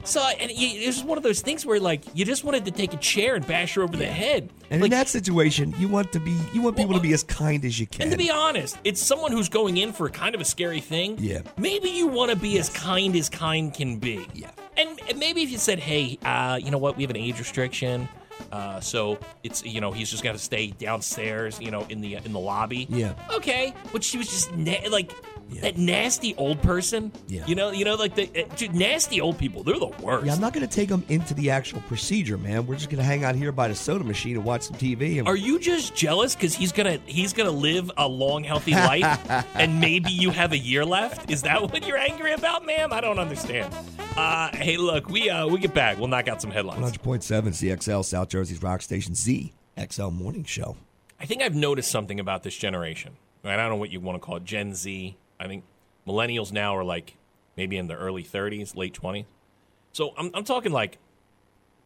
Speaker 1: so, I- and you, it was one of those things where like you just wanted to take a chair and bash her over the head.
Speaker 2: And
Speaker 1: like,
Speaker 2: in that situation, you want to be you want people
Speaker 1: Well,
Speaker 2: to be as kind as you can.
Speaker 1: and to be honest, it's someone who's going in for kind of a scary thing.
Speaker 2: Yeah.
Speaker 1: Maybe you want to be as kind as kind can be.
Speaker 2: Yeah.
Speaker 1: And, and maybe if you said, hey, uh, you know what, we have an age restriction. Uh, so it's you know he's just got to stay downstairs you know in the in the lobby
Speaker 2: Yeah.
Speaker 1: okay but she was just na- like
Speaker 2: Yeah.
Speaker 1: that nasty old person
Speaker 2: Yeah.
Speaker 1: you know you know like the uh, dude, nasty old people they're the worst
Speaker 2: yeah, I'm not going to take them into the actual procedure, man. We're just going to hang out here by the soda machine and watch some TV. And
Speaker 1: Are you just jealous because he's gonna he's gonna live a long, healthy life, and maybe you have a year left? Is that what you're angry about, ma'am? I don't understand. Uh, hey, look, we uh, we get back. We'll knock out some headlines.
Speaker 2: 100.7 CXL, South Jersey's rock station ZXL Morning Show.
Speaker 1: I think I've noticed something about this generation. Right? I don't know what you want to call it, Gen Z. I think millennials now are like maybe in their early 30s, late 20s. So I'm I'm talking like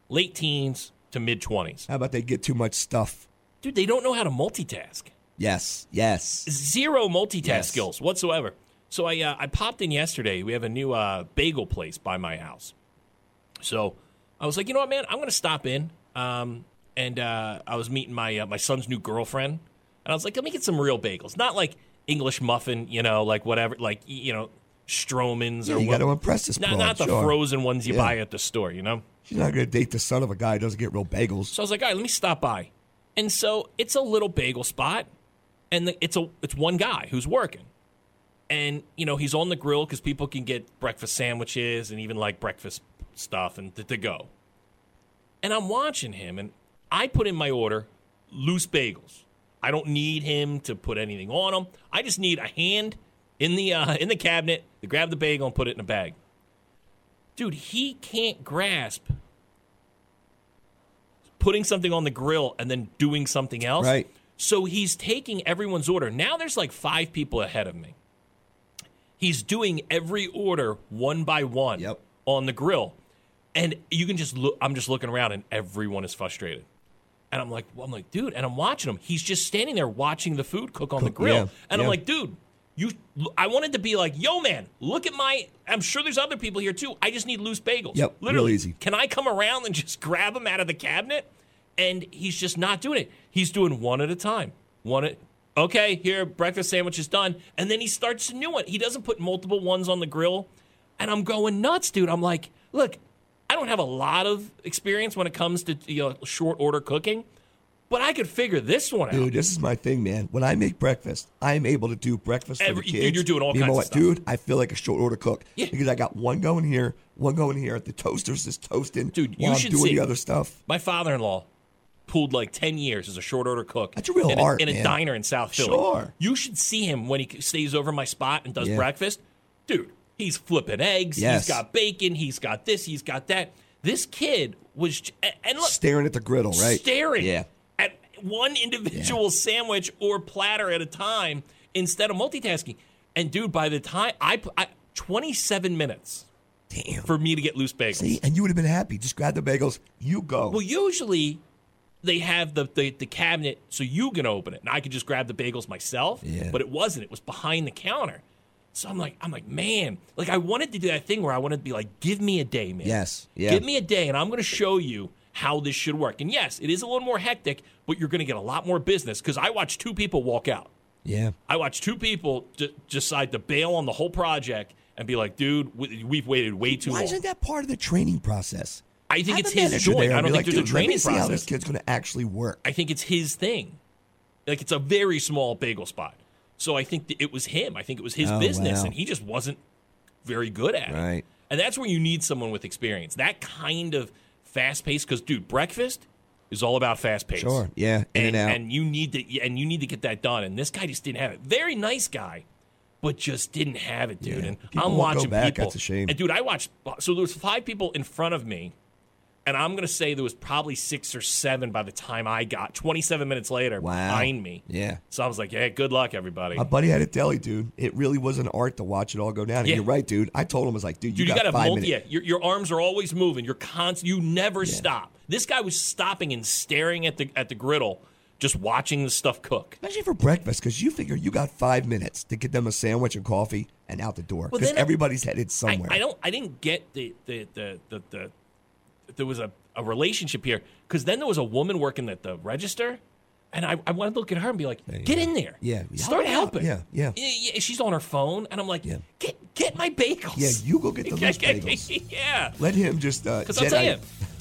Speaker 1: late teens to mid 20s.
Speaker 2: How about they get too much stuff?
Speaker 1: Dude, they don't know how to multitask.
Speaker 2: Yes, yes.
Speaker 1: zero multitask
Speaker 2: Yes.
Speaker 1: skills whatsoever. So I uh, I popped in yesterday. We have a new uh, bagel place by my house. So I was like, you know what, man, I'm gonna stop in. Um, and uh, I was meeting my uh, my son's new girlfriend, and I was like, let me get some real bagels, not like English muffin, you know, like whatever, like y- you know, Stroman's
Speaker 2: Yeah,
Speaker 1: or
Speaker 2: you
Speaker 1: what,
Speaker 2: got to impress this
Speaker 1: not
Speaker 2: broad,
Speaker 1: not the
Speaker 2: sure.
Speaker 1: frozen ones you
Speaker 2: Yeah.
Speaker 1: buy at the store, you know.
Speaker 2: She's not going to date the son of a guy who doesn't get real bagels.
Speaker 1: So I was like, all right, let me stop by. And so it's a little bagel spot, and the, it's a it's one guy who's working, and you know he's on the grill because people can get breakfast sandwiches and even like breakfast stuff and to, to go. And I'm watching him, and I put in my order loose bagels. I don't need him to put anything on them. I just need a hand in the uh, in the cabinet to grab the bagel and put it in a bag. Dude, he can't grasp putting something on the grill and then doing something else.
Speaker 2: Right.
Speaker 1: So he's taking everyone's order. Now there's like five people ahead of me. He's doing every order one by one
Speaker 2: Yep.
Speaker 1: on the grill. And you can just look I'm just looking around and everyone is frustrated. And I'm like, well, I'm like, dude, and I'm watching him. He's just standing there watching the food cook on the grill.
Speaker 2: yeah,
Speaker 1: and
Speaker 2: yeah.
Speaker 1: I'm like, dude, you I wanted to be like, yo man, look at my I'm sure there's other people here too. I just need loose bagels.
Speaker 2: Yep, real
Speaker 1: Literally
Speaker 2: easy.
Speaker 1: can I come around and just grab him out of the cabinet? And he's just not doing it. He's doing one at a time. One at okay, here, breakfast sandwich is done. And then he starts a new one. He doesn't put multiple ones on the grill. And I'm going nuts, dude. I'm like, look, I don't have a lot of experience when it comes to you know, short order cooking, but I could figure this one out.
Speaker 2: Dude, this is my thing, man. When I make breakfast, I'm able to do breakfast for
Speaker 1: Every-
Speaker 2: the
Speaker 1: dude,
Speaker 2: kids.
Speaker 1: you're doing all
Speaker 2: Me and my
Speaker 1: kinds of
Speaker 2: wife-
Speaker 1: stuff.
Speaker 2: Dude, I feel like a short order cook
Speaker 1: Yeah.
Speaker 2: because I got one going here, one going here. The toaster's just toasting.
Speaker 1: Dude, you
Speaker 2: while I'm
Speaker 1: should
Speaker 2: doing
Speaker 1: see.
Speaker 2: the other stuff.
Speaker 1: My father in law pulled like 10 years as a short order cook.
Speaker 2: That's a real
Speaker 1: in
Speaker 2: art,
Speaker 1: In a
Speaker 2: man.
Speaker 1: diner in South Philly.
Speaker 2: Sure.
Speaker 1: You should see him when he stays over my spot and does
Speaker 2: Yeah.
Speaker 1: breakfast. Dude, he's flipping eggs.
Speaker 2: Yes.
Speaker 1: He's got bacon. He's got this. He's got that. This kid was. j- And look,
Speaker 2: Staring at the griddle, right?
Speaker 1: staring
Speaker 2: Yeah.
Speaker 1: at one individual sandwich or platter at a time instead of multitasking. And dude, by the time I, pu- I 27 minutes for me to get loose bagels.
Speaker 2: See, and you would have been happy. Just grab the bagels. You go.
Speaker 1: Well, usually they have the, the, the cabinet so you can open it, and I could just grab the bagels myself.
Speaker 2: Yeah.
Speaker 1: But it wasn't. It was behind the counter. So I'm like, I'm like, man, like I wanted to do that thing where I wanted to be like, give me a day, man.
Speaker 2: Yes. Yeah.
Speaker 1: Give me a day, and I'm going to show you how this should work. And yes, it is a little more hectic, but you're going to get a lot more business because I watched two people walk out.
Speaker 2: yeah.
Speaker 1: I watched two people d- decide to bail on the whole project and be like, dude, we- we've waited way too
Speaker 2: Why
Speaker 1: long.
Speaker 2: isn't that part of the training process?
Speaker 1: I think
Speaker 2: Have
Speaker 1: it's
Speaker 2: a
Speaker 1: his
Speaker 2: manager
Speaker 1: joint.
Speaker 2: there
Speaker 1: I
Speaker 2: and
Speaker 1: don't
Speaker 2: be
Speaker 1: think there's a
Speaker 2: "Dude, let me
Speaker 1: training
Speaker 2: see how this
Speaker 1: process."
Speaker 2: kid's going to actually work.
Speaker 1: I think it's his thing. Like it's a very small bagel spot. So I think that it was him. I think it was his
Speaker 2: Oh,
Speaker 1: business
Speaker 2: wow.
Speaker 1: and he just wasn't very good at it.
Speaker 2: Right.
Speaker 1: And that's where you need someone with experience. That kind of fast pace cuz dude, breakfast is all about fast pace.
Speaker 2: Sure. Yeah. In and,
Speaker 1: and,
Speaker 2: out.
Speaker 1: and you need to and you need to get that done. And this guy just didn't have it. Very nice guy, but just didn't have it, dude.
Speaker 2: Yeah.
Speaker 1: And
Speaker 2: People
Speaker 1: I'm
Speaker 2: won't go
Speaker 1: watching
Speaker 2: back.
Speaker 1: people.
Speaker 2: That's a shame.
Speaker 1: And dude, I watched. So there was five people in front of me, and I'm gonna say there was probably six or seven by the time I got 27 minutes later
Speaker 2: Wow.
Speaker 1: behind me.
Speaker 2: Yeah.
Speaker 1: So I was like, yeah, good luck, everybody.
Speaker 2: My buddy had a deli, dude. It really was an art to watch it all go down. And
Speaker 1: Yeah.
Speaker 2: you're right, dude. I told him, I was like, dude,
Speaker 1: Dude,
Speaker 2: you,
Speaker 1: you,
Speaker 2: got,
Speaker 1: gotta
Speaker 2: five
Speaker 1: multi. Yeah,
Speaker 2: minutes.
Speaker 1: your, your arms are always moving. You're constant. You never stop. This guy was stopping and staring at the at the griddle, just watching the stuff cook.
Speaker 2: Especially for breakfast, because you figure you got five minutes to get them a sandwich and coffee and out the door.
Speaker 1: Well,
Speaker 2: Because
Speaker 1: then-
Speaker 2: everybody's headed somewhere.
Speaker 1: I, I don't. I didn't get the the the the. the there was a, a relationship here because then there was a woman working at the register, and I, I wanted to look at her and be like, "Get in there,
Speaker 2: Yeah, yeah.
Speaker 1: start
Speaker 2: Help
Speaker 1: helping."
Speaker 2: her out. Yeah, yeah.
Speaker 1: yeah. She's on her phone, and I'm like,
Speaker 2: Yeah.
Speaker 1: "Get get my bagels."
Speaker 2: Yeah, you go get the loose bagels.
Speaker 1: yeah,
Speaker 2: Let him just. Uh,
Speaker 1: because I'll
Speaker 2: Jedi-
Speaker 1: tell you,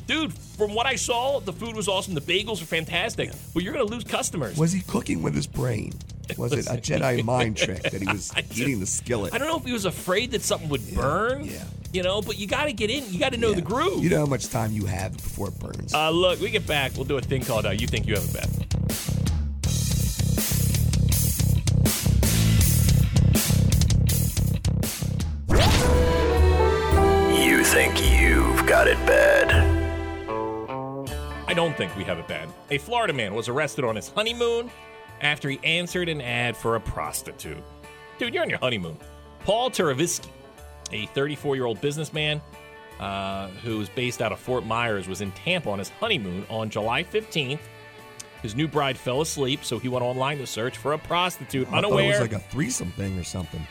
Speaker 1: dude. From what I saw, the food was awesome. The bagels are fantastic, but you're gonna lose customers.
Speaker 2: Was he cooking with his brain? Was it a Jedi mind trick that he was eating the skillet?
Speaker 1: I don't know if he was afraid that something would burn.
Speaker 2: yeah.
Speaker 1: You know, but you got to get in. You got to know the groove.
Speaker 2: You know how much time you have before it burns.
Speaker 1: Uh, look, we get back. We'll do a thing called uh, You Think You Have a Bet.
Speaker 8: You think you've got it bad.
Speaker 1: I don't think we have it bad. A Florida man was arrested on his honeymoon after he answered an ad for a prostitute. Dude, you're on your honeymoon. Paul Turavisky, a 34 year old businessman uh, who is based out of Fort Myers, was in Tampa on his honeymoon on July 15th. His new bride fell asleep, so he went online to search for a prostitute,
Speaker 2: I thought it
Speaker 1: unaware.
Speaker 2: was like a threesome thing or something.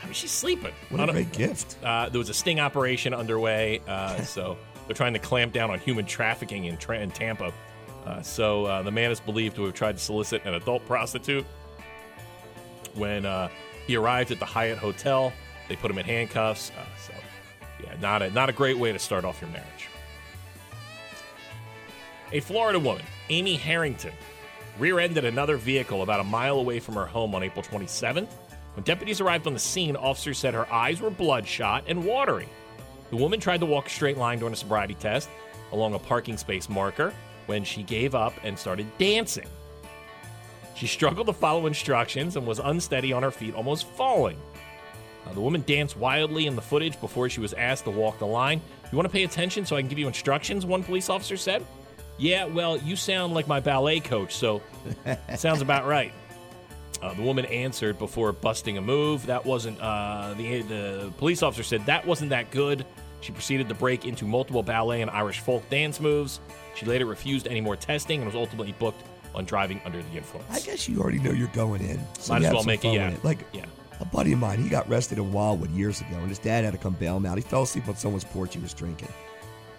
Speaker 1: I mean, she's sleeping.
Speaker 2: What a
Speaker 1: Una-
Speaker 2: great gift.
Speaker 1: Uh, there was a sting operation underway, uh, so they're trying to clamp down on human trafficking in, tra- in Tampa. Uh, so uh, the man is believed to have tried to solicit an adult prostitute. When uh, he arrived at the Hyatt Hotel, they put him in handcuffs. Uh, so, yeah, not a not a great way to start off your marriage. A Florida woman, Amy Harrington, rear ended another vehicle about a mile away from her home on April 27th. When deputies arrived on the scene, officers said her eyes were bloodshot and watery. The woman tried to walk a straight line during a sobriety test along a parking space marker when she gave up and started dancing. She struggled to follow instructions and was unsteady on her feet, almost falling. Uh, the woman danced wildly in the footage before she was asked to walk the line. You want to pay attention so I can give you instructions, one police officer said. Yeah, well, you sound like my ballet coach, so it sounds about right. Uh, the woman answered before busting a move. That wasn't, uh, the, the police officer said that wasn't that good. She proceeded to break into multiple ballet and Irish folk dance moves. She later refused any more testing and was ultimately booked on driving under the influence.
Speaker 2: I guess you already know you're going in. So
Speaker 1: Might
Speaker 2: you
Speaker 1: as
Speaker 2: have
Speaker 1: well
Speaker 2: some
Speaker 1: make it,
Speaker 2: fun
Speaker 1: yeah.
Speaker 2: with Like
Speaker 1: Yeah.
Speaker 2: a buddy of mine, he got arrested in Wildwood years ago, and his dad had to come bail him out. He fell asleep on someone's porch he was drinking.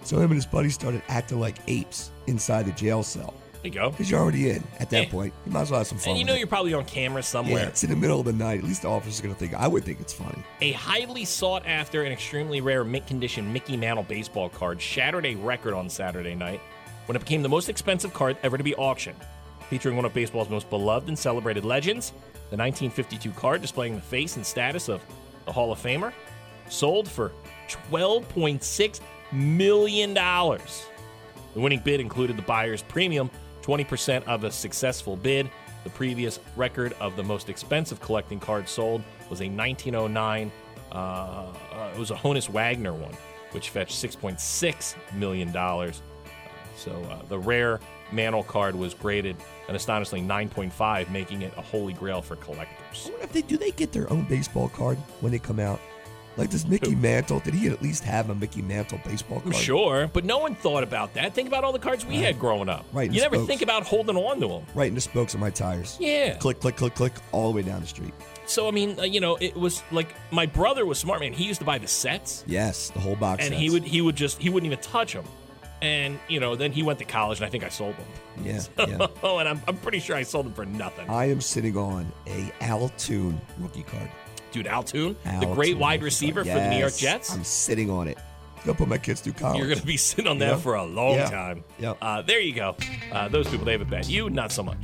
Speaker 2: So him and his buddy started acting like apes inside the jail cell.
Speaker 1: There you go.
Speaker 2: Because you're already in at that
Speaker 1: Yeah.
Speaker 2: point. You might as well have some fun.
Speaker 1: And you
Speaker 2: with
Speaker 1: know
Speaker 2: it.
Speaker 1: you're probably on camera
Speaker 2: yeah,
Speaker 1: somewhere.
Speaker 2: it's in the middle of the night. At least the officer's going to think, I would think it's funny.
Speaker 1: A highly sought after and extremely rare mint condition Mickey Mantle baseball card shattered a record on Saturday night when it became the most expensive card ever to be auctioned. Featuring one of baseball's most beloved and celebrated legends, the 1952 card displaying the face and status of the Hall of Famer sold for $12.6 million. The winning bid included the buyer's premium, 20% of a successful bid. The previous record of the most expensive collecting card sold was a 1909. Uh, uh, it was a Honus Wagner one, which fetched 6.6 million dollars. So uh, the rare mantle card was graded an astonishing 9.5, making it a holy grail for collectors.
Speaker 2: If they do, they get their own baseball card when they come out. Like this Mickey Mantle, did he at least have a Mickey Mantle baseball
Speaker 1: I'm
Speaker 2: card?
Speaker 1: sure, but no one thought about that. Think about all the cards we had growing up.
Speaker 2: Right,
Speaker 1: You
Speaker 2: the
Speaker 1: never
Speaker 2: spokes.
Speaker 1: think about holding on to them.
Speaker 2: Right in the spokes of my tires.
Speaker 1: Yeah.
Speaker 2: Click, click, click, click, all the way down the street.
Speaker 1: So I mean, uh, you know, it was like my brother was smart man. He used to buy the sets,
Speaker 2: Yes, the whole box.
Speaker 1: and
Speaker 2: sets.
Speaker 1: he would he would just he wouldn't even touch them. And you know, then he went to college, and I think I sold them.
Speaker 2: Yeah, yeah. Uh,
Speaker 1: Oh, and I'm, I'm pretty sure I sold them for nothing.
Speaker 2: I am sitting on a Altoon rookie card.
Speaker 1: Dude, Altoon, the
Speaker 2: Al
Speaker 1: great
Speaker 2: Toon rookie card.
Speaker 1: wide receiver for the New York
Speaker 2: Yes,
Speaker 1: Jets.
Speaker 2: I'm sitting on it. Go put my kids through college.
Speaker 1: You're going to be sitting on
Speaker 2: You
Speaker 1: that
Speaker 2: know?
Speaker 1: for a long
Speaker 2: Yeah.
Speaker 1: time.
Speaker 2: Yeah.
Speaker 1: Uh, there you go. Uh, those people, they have it bad. You, not so much.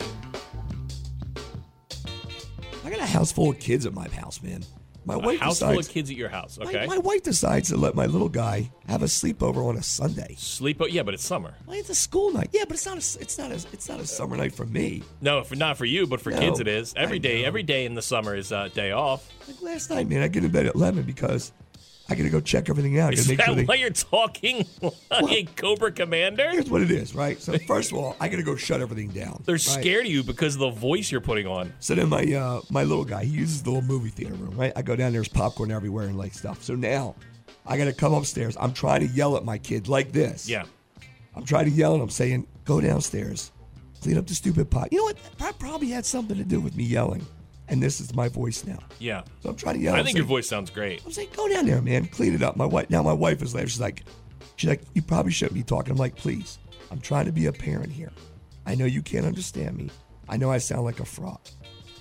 Speaker 2: I got a house full of kids at my house, man. My wife
Speaker 1: a house
Speaker 2: decides.
Speaker 1: full of kids at your house,
Speaker 2: my-
Speaker 1: okay?
Speaker 2: my, wife decides to let my little guy have a sleepover on a Sunday.
Speaker 1: Sleep, oh, yeah, but it's summer.
Speaker 2: Like, it's a school night. Yeah, but it's not a it's not a it's not a summer night for me.
Speaker 1: No, for, not for you, but for
Speaker 2: No,
Speaker 1: kids it is. Every
Speaker 2: I
Speaker 1: day, every day in the summer is uh, day off.
Speaker 2: Like last night, man, I get in bed at eleven because I gotta go check everything out. I
Speaker 1: Is
Speaker 2: gotta make
Speaker 1: that
Speaker 2: sure they,
Speaker 1: why you're talking like Cobra Commander?
Speaker 2: here's what it is, right? So first of all, I gotta go shut everything down.
Speaker 1: They're
Speaker 2: right?
Speaker 1: scared of you because of the voice you're putting on.
Speaker 2: So then my uh, my little guy, he uses the little movie theater room, right? I go down there's popcorn everywhere and like stuff. So now I gotta come upstairs. I'm trying to yell at my kid like this.
Speaker 1: Yeah.
Speaker 2: I'm trying to yell at him, saying, "Go downstairs, clean up the stupid pot." You know what? That probably had something to do with me yelling, and this is my voice now.
Speaker 1: Yeah.
Speaker 2: So I'm trying to yell.
Speaker 1: I
Speaker 2: I'm
Speaker 1: think
Speaker 2: saying,
Speaker 1: your voice sounds great.
Speaker 2: I'm saying, "Go down there, man, clean it up." My wife now my wife is there. She's like, she's like, "You probably shouldn't be talking." I'm like, "Please, I'm trying to be a parent here. I know you can't understand me. I know I sound like a fraud,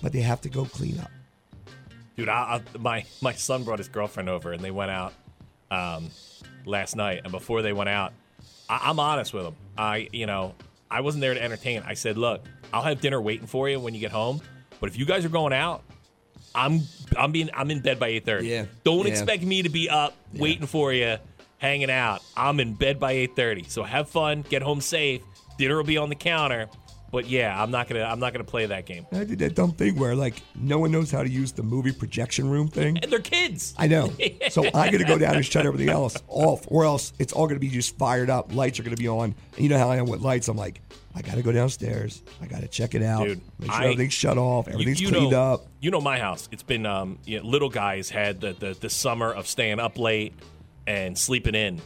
Speaker 2: but they have to go clean up."
Speaker 1: Dude, I, I, my my son brought his girlfriend over, and they went out um, last night. And before they went out, I, I'm honest with him. I, you know, I wasn't there to entertain. I said, "Look, I'll have dinner waiting for you when you get home. But if you guys are going out, I'm I'm being I'm in bed by 8:30.
Speaker 2: Yeah,
Speaker 1: Don't
Speaker 2: yeah.
Speaker 1: expect me to be up waiting for you, hanging out. I'm in bed by 8:30. So have fun, get home safe. Dinner will be on the counter. But yeah, I'm not gonna I'm not gonna play that game.
Speaker 2: And I did that dumb thing where like no one knows how to use the movie projection room thing.
Speaker 1: And they're kids.
Speaker 2: I know. So I got to go down and shut everything else off, or else it's all going to be just fired up. Lights are going to be on. And you know how I am with lights. I'm like, I got to go downstairs. I got to check it out.
Speaker 1: Dude,
Speaker 2: make sure
Speaker 1: I-
Speaker 2: everything's shut off.
Speaker 1: You-
Speaker 2: Everything's
Speaker 1: you
Speaker 2: cleaned
Speaker 1: know,
Speaker 2: up.
Speaker 1: You know my house. It's been um, you know, little guys had the, the the summer of staying up late and sleeping in.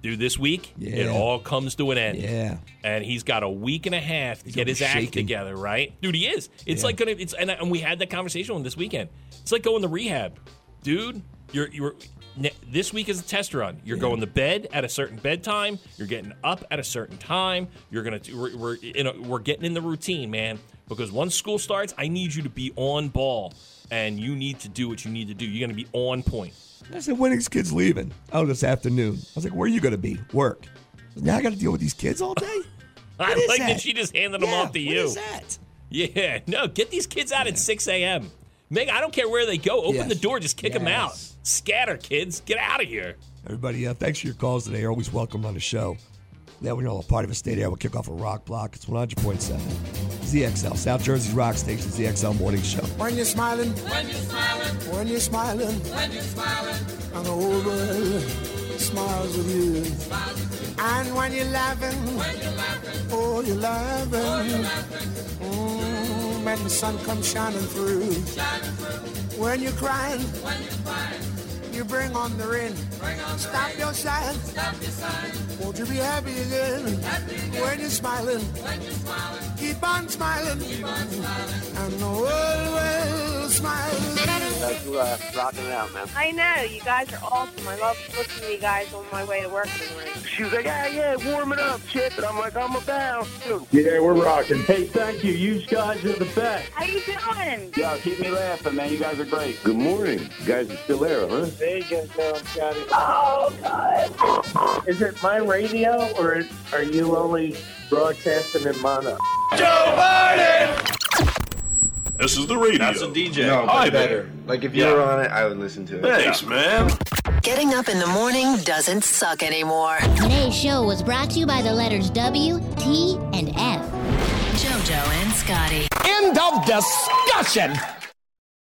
Speaker 1: Dude, this week it
Speaker 2: Yeah.
Speaker 1: all comes to an end.
Speaker 2: Yeah.
Speaker 1: And he's got a week and a half to
Speaker 2: He's
Speaker 1: get his
Speaker 2: already
Speaker 1: act
Speaker 2: shaking.
Speaker 1: together, right? Dude, he is. It's
Speaker 2: Yeah.
Speaker 1: like gonna. It's and, I- and we had that conversation with him this weekend. It's like going to rehab, dude. You're you're. ne- This week is a test run. You're going to bed at a certain bedtime. You're getting up at a certain time. You're gonna. do- We're we're, in a, we're getting in the routine, man. Because once school starts, I need you to be on ball, and you need to do what you need to do. You're gonna be on point.
Speaker 2: I said, when are these kids leaving? Oh, this afternoon. I was like, where are you going to be? Work. Now I got to deal with these kids all day.
Speaker 1: I
Speaker 2: What is
Speaker 1: like that?
Speaker 2: that?
Speaker 1: she just handed them
Speaker 2: Yeah,
Speaker 1: off to
Speaker 2: what
Speaker 1: you.
Speaker 2: is that?
Speaker 1: Yeah, no, get these kids out at 6 a.m. Meg, I don't care where they go. Open
Speaker 2: Yes.
Speaker 1: the door, just kick them out.
Speaker 2: Yes.
Speaker 1: Scatter, kids. Get out of here.
Speaker 2: Everybody, uh, thanks for your calls today. You're always welcome on the show. Now we're all a part of a state air. We'll kick off a rock block. It's 100.7. ZXL, South Jersey's rock station, ZXL Morning Show.
Speaker 9: When you're smiling, when you're smiling, when you're smiling, when you're smiling, and the whole world smiles with you. And when you're laughing, when you're laughing, oh, you're laughing. Mm, when the sun comes shining through. When you're crying, when you're crying, you bring on the rain. Stop your sighing. Stop your sighing. Won't you be happy again? When you're smiling, when you're smiling, keep on smiling. Keep on smiling. And the world will smile.
Speaker 10: Guys, you uh, rocking it out, man.
Speaker 11: I know, you guys are awesome. I love listening to you guys on my way to work in the morning.
Speaker 10: She was like, yeah, yeah, warming up, shit. And I'm like, I'm about to.
Speaker 7: Yeah, we're rocking. Hey, thank you. You guys are the best. Oh,
Speaker 11: How you doing?
Speaker 10: Yo, keep me laughing, man. You guys are great.
Speaker 12: Good morning. You guys are still there, huh?
Speaker 10: There you go, Scotty.
Speaker 7: Oh, God. Is it my radio, or are you only broadcasting in mono?
Speaker 13: Joe Biden! This is the radio.
Speaker 7: That's a
Speaker 13: DJ.
Speaker 7: No, but
Speaker 13: Hi,
Speaker 7: better.
Speaker 13: baby.
Speaker 12: Like if
Speaker 13: you Yeah. were
Speaker 12: on it, I would listen to
Speaker 13: Thanks, man.
Speaker 14: Getting up in the morning doesn't suck anymore.
Speaker 15: Today's show was brought to you by the letters W, T, and F.
Speaker 14: JoJo and Scotty.
Speaker 3: End of discussion.